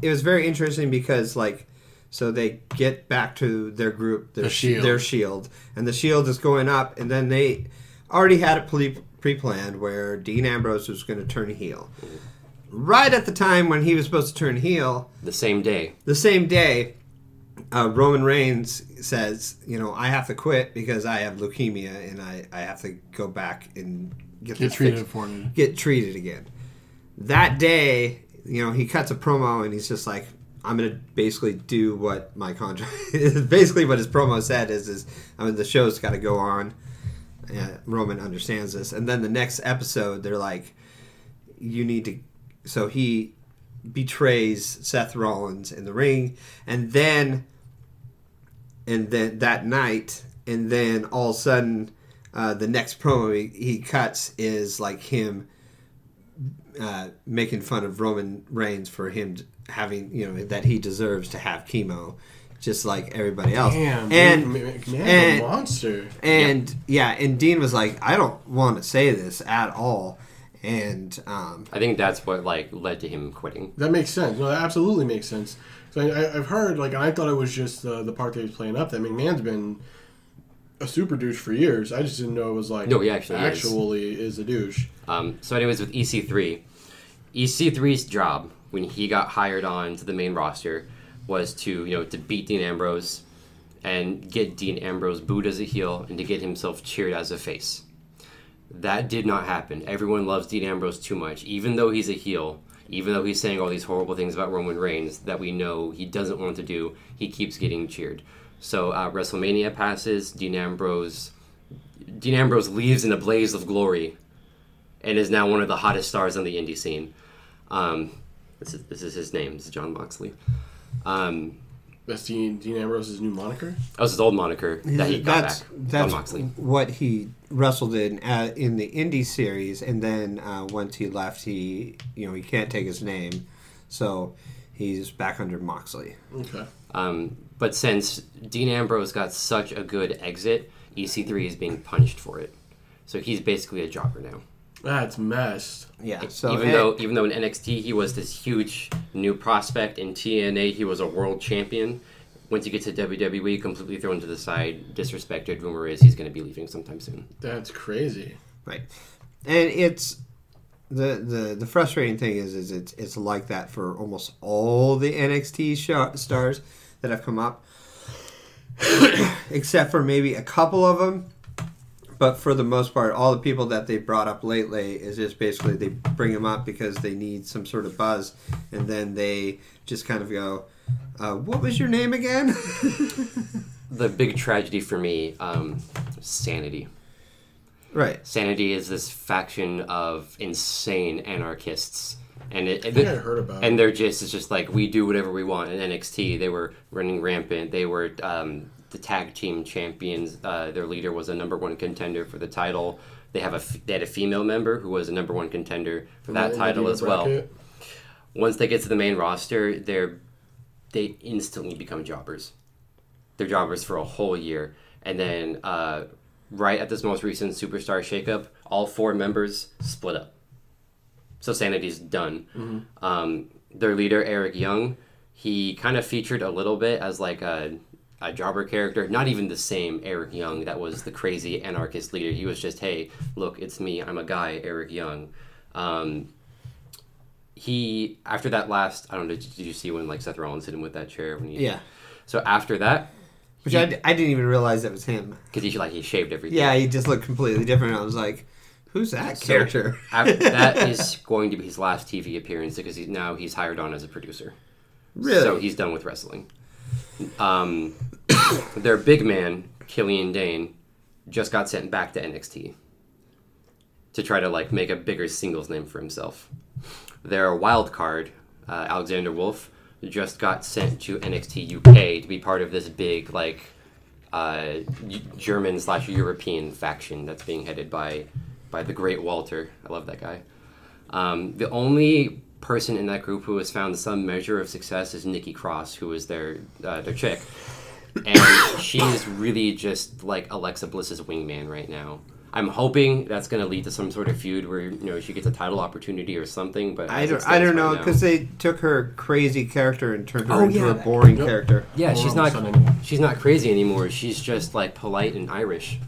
it was very interesting because like so they get back to their group their The Shield. their shield and the shield is going up and then they already had it pre- pre-planned where Dean Ambrose was going to turn heel right at the time when he was supposed to turn heel The same day. the same day uh, Roman Reigns says you know I have to quit because I have leukemia and I, I have to go back and get, Get this treated fixed for it. get treated again. That day, you know, he cuts a promo and he's just like, I'm going to basically do what my contract basically what his promo said is is I mean the show's got to go on. Uh, Roman understands this. And then the next episode they're like you need to so he betrays Seth Rollins in the ring and then and then that night, and then all of a sudden, uh, the next promo he, he cuts is like him uh, making fun of Roman Reigns for him t- having you know that he deserves to have chemo, just like everybody else. Damn, and dude, man, and- a monster. and yeah, and Dean was like, I don't want to say this at all. and um, I think that's what like led to him quitting. That makes sense. No, that absolutely makes sense. So I, I- I've heard, like, I thought it was just uh, the part that he was playing up. That McMahon's been a super douche for years. I just didn't know it was like No, he actually is. actually is. a douche. Um, so, anyways, with EC3, EC3's E job when he got hired on to the main roster was to you know to beat Dean Ambrose and get Dean Ambrose booed as a heel and to get himself cheered as a face. That did not happen. Everyone loves Dean Ambrose too much, even though he's a heel, even though he's saying all these horrible things about Roman Reigns that we know he doesn't want to do. He keeps getting cheered. So uh, WrestleMania passes. Dean Ambrose, Dean Ambrose leaves in a blaze of glory and is now one of the hottest stars on the indie scene. Um, this is this is his name. This is John Moxley. Um, That's Dean, Dean Ambrose's new moniker. that was his old moniker that he got that's back. that's John Moxley. what he wrestled in uh, in the indie series, and then uh, once he left, he you know he can't take his name, so he's back under Moxley. Okay. Um, but since Dean Ambrose got such a good exit, EC3 is being punished for it. So he's basically a jobber now. That's messed. Yeah. So even and- though even though in NXT he was this huge new prospect, in TNA he was a world champion. Once he gets to WWE, completely thrown to the side, disrespected. Rumor is he's going to be leaving sometime soon. That's crazy. Right. And it's the the the frustrating thing is is it's it's like that for almost all the NXT sho stars that have come up, except for maybe a couple of them. But for the most part, all the people that they brought up lately is just basically they bring them up because they need some sort of buzz, and then they just kind of go, uh, "What was your name again?" the big tragedy for me um, sanity right. sanity is this faction of insane anarchists and it, I think I heard about and they're just it's just like we do whatever we want in nxt they were running rampant they were um, the tag team champions uh, their leader was a number one contender for the title they have a f- they had a female member who was a number one contender for that In the title Diva as well bracket. once they get to the main roster, they're they instantly become jobbers. They're jobbers for a whole year, and then uh, right at this most recent superstar shakeup, all four members split up. So Sanity's done. Um, their leader Eric Young, he kind of featured a little bit as like a a jobber character, not even the same Eric Young that was the crazy anarchist leader. He was just, hey, look, it's me. I'm a guy, Eric Young. Um, he after that last I don't know did you see when like Seth Rollins hit him with that chair when he Yeah. so after that Which I, I didn't even realize that was him. because he like he shaved everything Yeah, he just looked completely different. I was like, "Who's that So, character?" af- that is going to be his last TV appearance because he's now he's hired on as a producer Really? so he's done with wrestling um their big man Killian Dane just got sent back to NXT to try to like make a bigger singles name for himself their wild card, uh, Alexander Wolf, just got sent to NXT UK to be part of this big like uh, Eu- German slash European faction that's being headed by by the Great Walter. I love that guy. Um, the only person in that group who has found some measure of success is Nikki Cross, who is their uh, their chick, and she is really just like Alexa Bliss's wingman right now. I'm hoping that's going to lead to some sort of feud where you know she gets a title opportunity or something. But I as it don't, I don't stands right know now- because they took her crazy character and turned her Oh, into yeah, a that- boring Yep. character. yeah, Well, she's all of not a sudden- she's not crazy anymore. She's just like polite and Irish.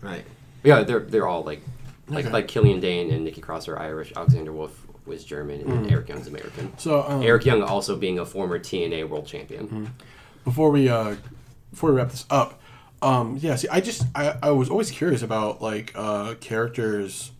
Right. Yeah, they're they're all like like Okay. like Killian Dane and Nikki Cross are Irish. Alexander Wolf was German, and Mm. Eric Young's American. So um, Eric Young also being a former TNA world champion. Mm-hmm. before we uh before we wrap this up um yeah see i just i, I was always curious about like uh characters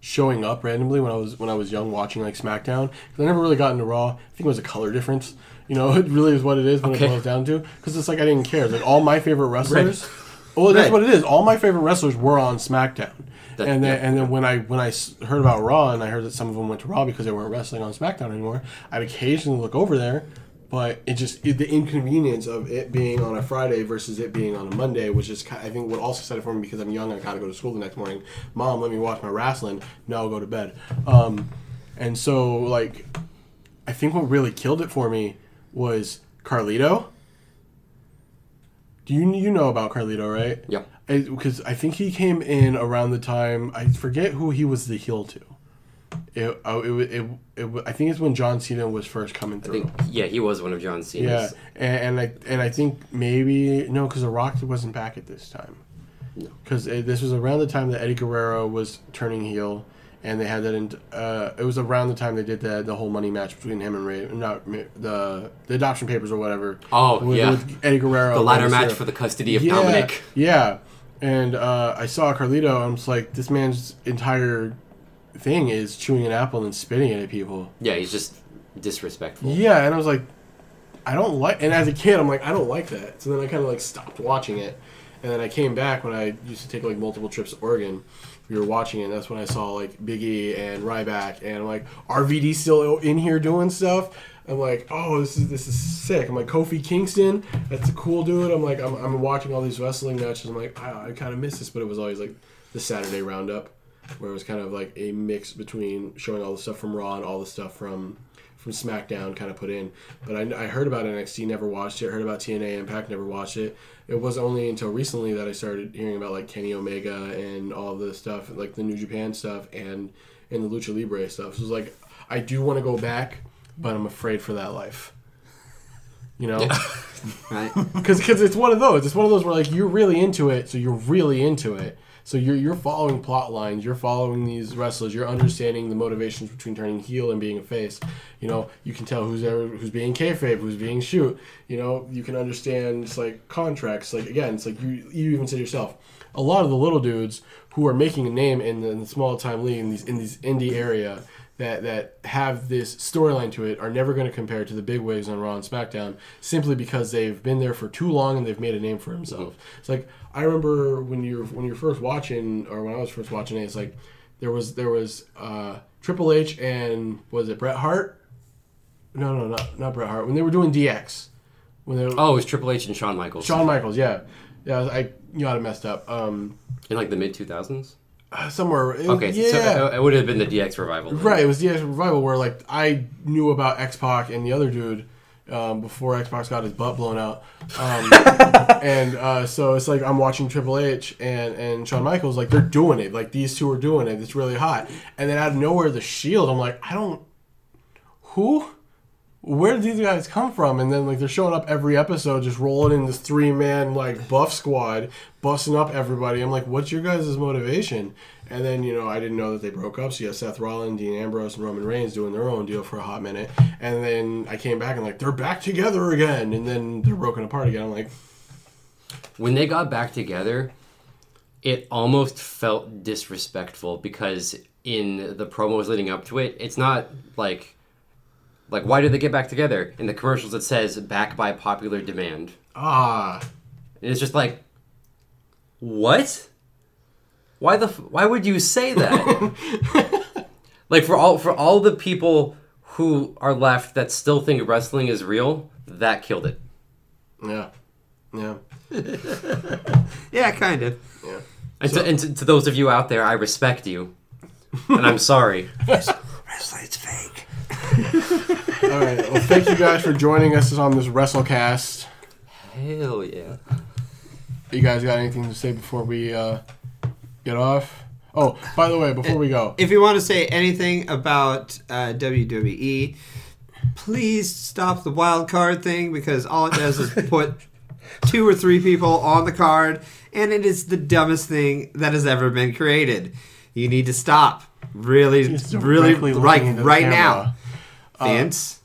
showing up randomly when i was when i was young watching like smackdown because i never really got into raw i think it was a color difference you know it really is what it is when Okay. it boils down to because it's like i didn't care like all my favorite wrestlers well that's Right. what it is all my favorite wrestlers were on smackdown That- and then yeah. and then when i when i s- heard about raw and i heard that some of them went to raw because they weren't wrestling on smackdown anymore i'd occasionally look over there but it just it, the inconvenience of it being on a Friday versus it being on a Monday, which is ki- I think what also set it for me because I'm young. I gotta go to school the next morning. Mom, let me watch my wrestling. Now I'll go to bed. Um, and so like, I think what really killed it for me was Carlito. Do you you know about Carlito, right? Yeah. Because I think he came in around the time I forget who he was the heel to. It, oh, it, wa- it, it, wa- I think it's when John Cena was first coming I through. think yeah, he was one of John yeah, Cena's. and, and I and I think maybe no, because The Rock wasn't back at this time. No. Because this was around the time that Eddie Guerrero was turning heel, and they had that. In, uh, it was around the time they did the the whole money match between him and Ray, not Ma- the the adoption papers or whatever. Oh, with, yeah. with Eddie Guerrero. The ladder and match Cena. for the custody of yeah, Dominic. Yeah, and uh, I saw Carlito. and I was like, this man's entire thing is chewing an apple and spitting it at people. Yeah, he's just disrespectful. Yeah, and I was like, I don't like. And as a kid, I'm like, I don't like that. So then I kind of like stopped watching it, and then I came back when I used to take like multiple trips to Oregon. We were watching it. And that's when I saw like Big E and Ryback, and I'm like, RVD still in here doing stuff. I'm like, oh, this is this is sick. I'm like Kofi Kingston, that's a cool dude. I'm like, I'm, I'm watching all these wrestling matches. I'm like, I, I kind of miss this, but it was always like the Saturday roundup, where it was kind of like a mix between showing all the stuff from Raw and all the stuff from from SmackDown kind of put in. But I, I heard about NXT, never watched it. Heard about TNA Impact, never watched it. It was only until recently that I started hearing about like Kenny Omega and all the stuff, like the New Japan stuff and and the Lucha Libre stuff. So it was like I do want to go back, but I'm afraid for that life. You know, right? because it's one of those. It's one of those where like you're really into it, so you're really into it. So you're you're following plot lines. You're following these wrestlers. You're understanding the motivations between turning heel and being a face. You know, you can tell who's ever, who's being kayfabe, who's being shoot. You know, you can understand it's like contracts. Like again, it's like you you even said yourself. A lot of the little dudes who are making a name in the, in the small time league in these in these indie area that that have this storyline to it are never going to compare to the big wigs on Raw and SmackDown simply because they've been there for too long and they've made a name for themselves. Mm-hmm. It's like I remember when you're when you're first watching or when I was first watching it, it's like there was there was uh, Triple H and was it Bret Hart? No, no, not not Bret Hart. When they were doing DX, when they were, Oh, it was Triple H and Shawn Michaels Shawn Michaels, yeah, yeah, I got it messed up. Um, in like the mid two thousands. somewhere. it- Okay, Oh, yeah. so uh, it- it would have been the DX revival. then. Right, it was the DX Revival where like I knew about X Pac and the other dude um, before X Pac got his butt blown out, um, and uh, so it's like I'm watching Triple H and and Shawn Michaels like they're doing it, like these two are doing it. It's really hot, and then out of nowhere the Shield. I'm like I don't who. Where did these guys come from? And then like they're showing up every episode, just rolling in this three man like buff squad, busting up everybody. I'm like, what's your guys' motivation? And then you know I didn't know that they broke up. So you have Seth Rollins, Dean Ambrose, and Roman Reigns doing their own deal for a hot minute. And then I came back and like they're back together again. And then they're broken apart again. I'm like, when they got back together, it almost felt disrespectful because in the promos leading up to it, it's not like like why did they get back together? In the commercials it says back by popular demand. ah, And it's just like what? Why the f- why would you say that? like for all for all the people who are left that still think wrestling is real, that killed it. yeah, yeah. Yeah, kind of. And, to, and to, to those of you out there, I respect you, and I'm sorry. Wrestling's fake. All right. Well, thank you guys for joining us on this WrestleCast. Hell yeah! You guys got anything to say before we uh, get off? Oh, by the way, before we go, If you want to say anything about uh, WWE, please stop the wild card thing because all it does is put two or three people on the card, and it is the dumbest thing that has ever been created. You need to stop. Really, He's really, directly looking right, into the right camera. Uh, now, Vince.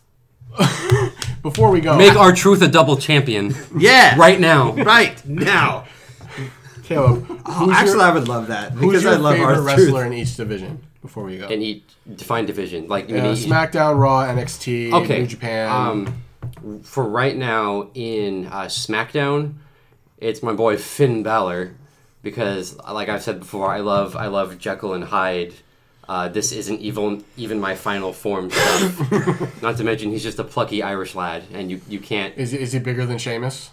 before we go, Make our truth a double champion Yeah, right now. right now. Caleb, Oh, who's actually, your, I would love that who's because your I love favorite our wrestler wrestler. in each division? Before we go, And eat define division like you Uh, mean eat- SmackDown, Raw, NXT, okay. New Japan. Um, for right now in uh, SmackDown, it's my boy Finn Balor because, like I've said before, I love I love Jekyll and Hyde. Uh, this isn't evil, even my final form stuff. Not to mention, he's just a plucky Irish lad, and you, you can't. is, is he bigger than Sheamus?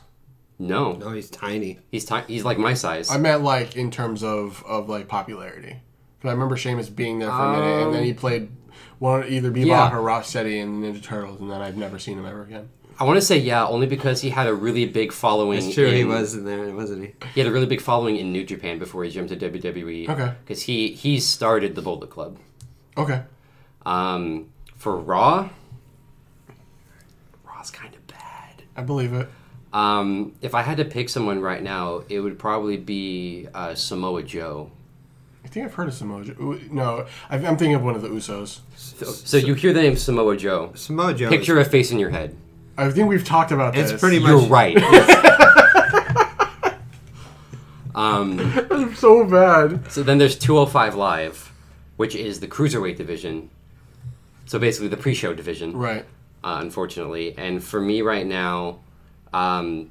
No, No, Oh, he's tiny. He's ti he's like my size. I meant like in terms of of like popularity. Because I remember Sheamus being there for a minute, and then he played one either Bebop Um, Yeah. or Rocksteady in Ninja Turtles, and then I've never seen him ever again. I want to say yeah, only because he had a really big following. It's true, he in- was in there, wasn't he? He had a really big following in New Japan before E. he jumped to WWE. Okay. Because he he started the Bullet Club. Okay. Um, for Raw, Raw's kind of bad. I believe it. Um, if I had to pick someone right now, it would probably be uh, Samoa Joe. I think I've heard of Samoa Joe. No, I- I'm thinking of one of the Usos. So, so you hear the name Samoa Joe. Samoa Joe. Picture a face in your head. I think we've talked about It's this. pretty much- You're right. um, I'm so bad. So then there's 205 Live, which is the cruiserweight division. So basically the pre-show division, Right. uh, unfortunately. And for me right now, um,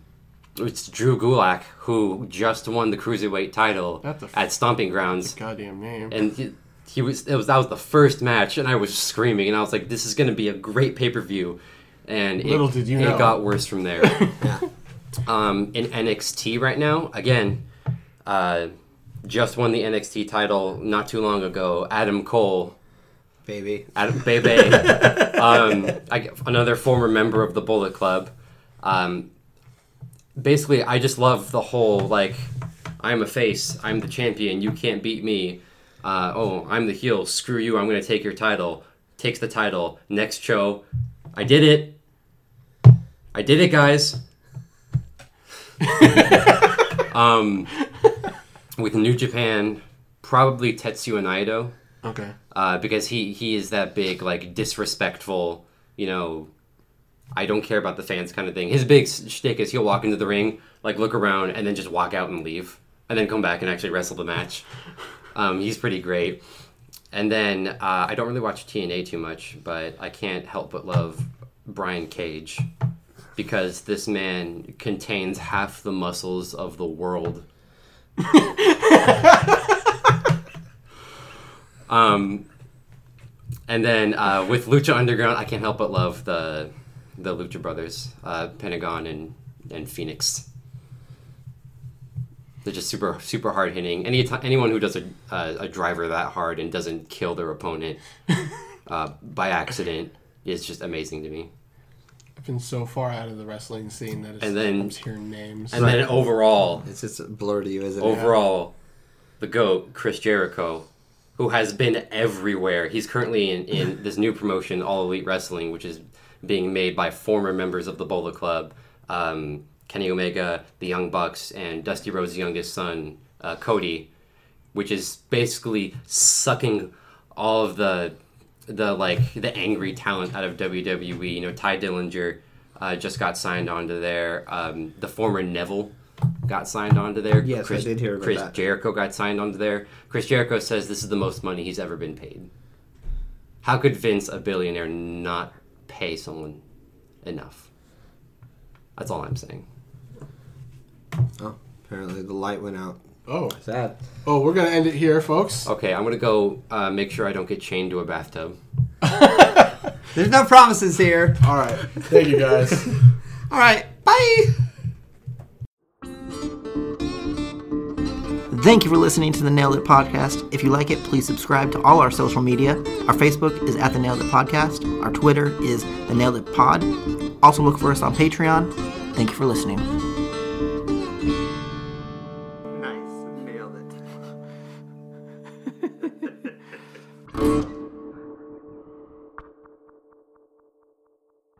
it's Drew Gulak who just won the cruiserweight title What the f- at Stomping Grounds, Goddamn name. and he, he was it was that was the first match, and I was screaming, and I was like, "This is going to be a great pay-per-view." And Little it, did you it know. got worse from there. um, in NXT right now, again, uh, just won the NXT title not too long ago. Adam Cole, baby. Adam Bebe, um, I, another former member of the Bullet Club. Um, basically, I just love the whole like, I'm a face, I'm the champion, you can't beat me. Uh, oh, I'm the heel, screw you, I'm gonna take your title. Takes the title. Next show, I did it. I did it, guys. um, with New Japan, probably Tetsuya Naito Okay. uh, because he he is that big like disrespectful, you know, I don't care about the fans kind of thing. His big s- shtick is he'll walk into the ring, like look around, and then just walk out and leave, and then come back and actually wrestle the match. Um, he's pretty great. And then uh, I don't really watch TNA too much, but I can't help but love Brian Cage because this man contains half the muscles of the world. um, and then uh, with Lucha Underground, I can't help but love the the Lucha Brothers, uh, Pentagon and and Phoenix. They're just super super hard hitting. Any ti- anyone who does a uh, a driver that hard and doesn't kill their opponent uh, by accident is just amazing to me. I've been so far out of the wrestling scene that it's, And then- I'm just hearing names. And then overall, It's just a blur to you, isn't it? overall, the GOAT, Chris Jericho, who has been everywhere. He's currently in, in this new promotion, All Elite Wrestling, which is being made by former members of the Bola Club, um, Kenny Omega, the Young Bucks, and Dusty Rose's youngest son, uh, Cody, which is basically sucking all of the the like the angry talent out of WWE. You know, Ty Dillinger uh, just got signed onto there. Um, the former Neville got signed onto there. Yes, I did hear about Chris that. Jericho got signed onto there. Chris Jericho says this is the most money he's ever been paid. How could Vince, a billionaire, not pay someone enough? That's all I'm saying. Oh, apparently the light went out. oh, Sad. oh, we're gonna end it here, folks. Okay, I'm gonna go uh, make sure I don't get chained to a bathtub. There's no promises here. All right, thank you guys. All right. Bye. Thank you for listening to the Nailed It Podcast. If you like it, please subscribe to all our social media. Our Facebook is at the Nailed It Podcast. Our Twitter is the Nailed It Pod. Also look for us on Patreon. Thank you for listening.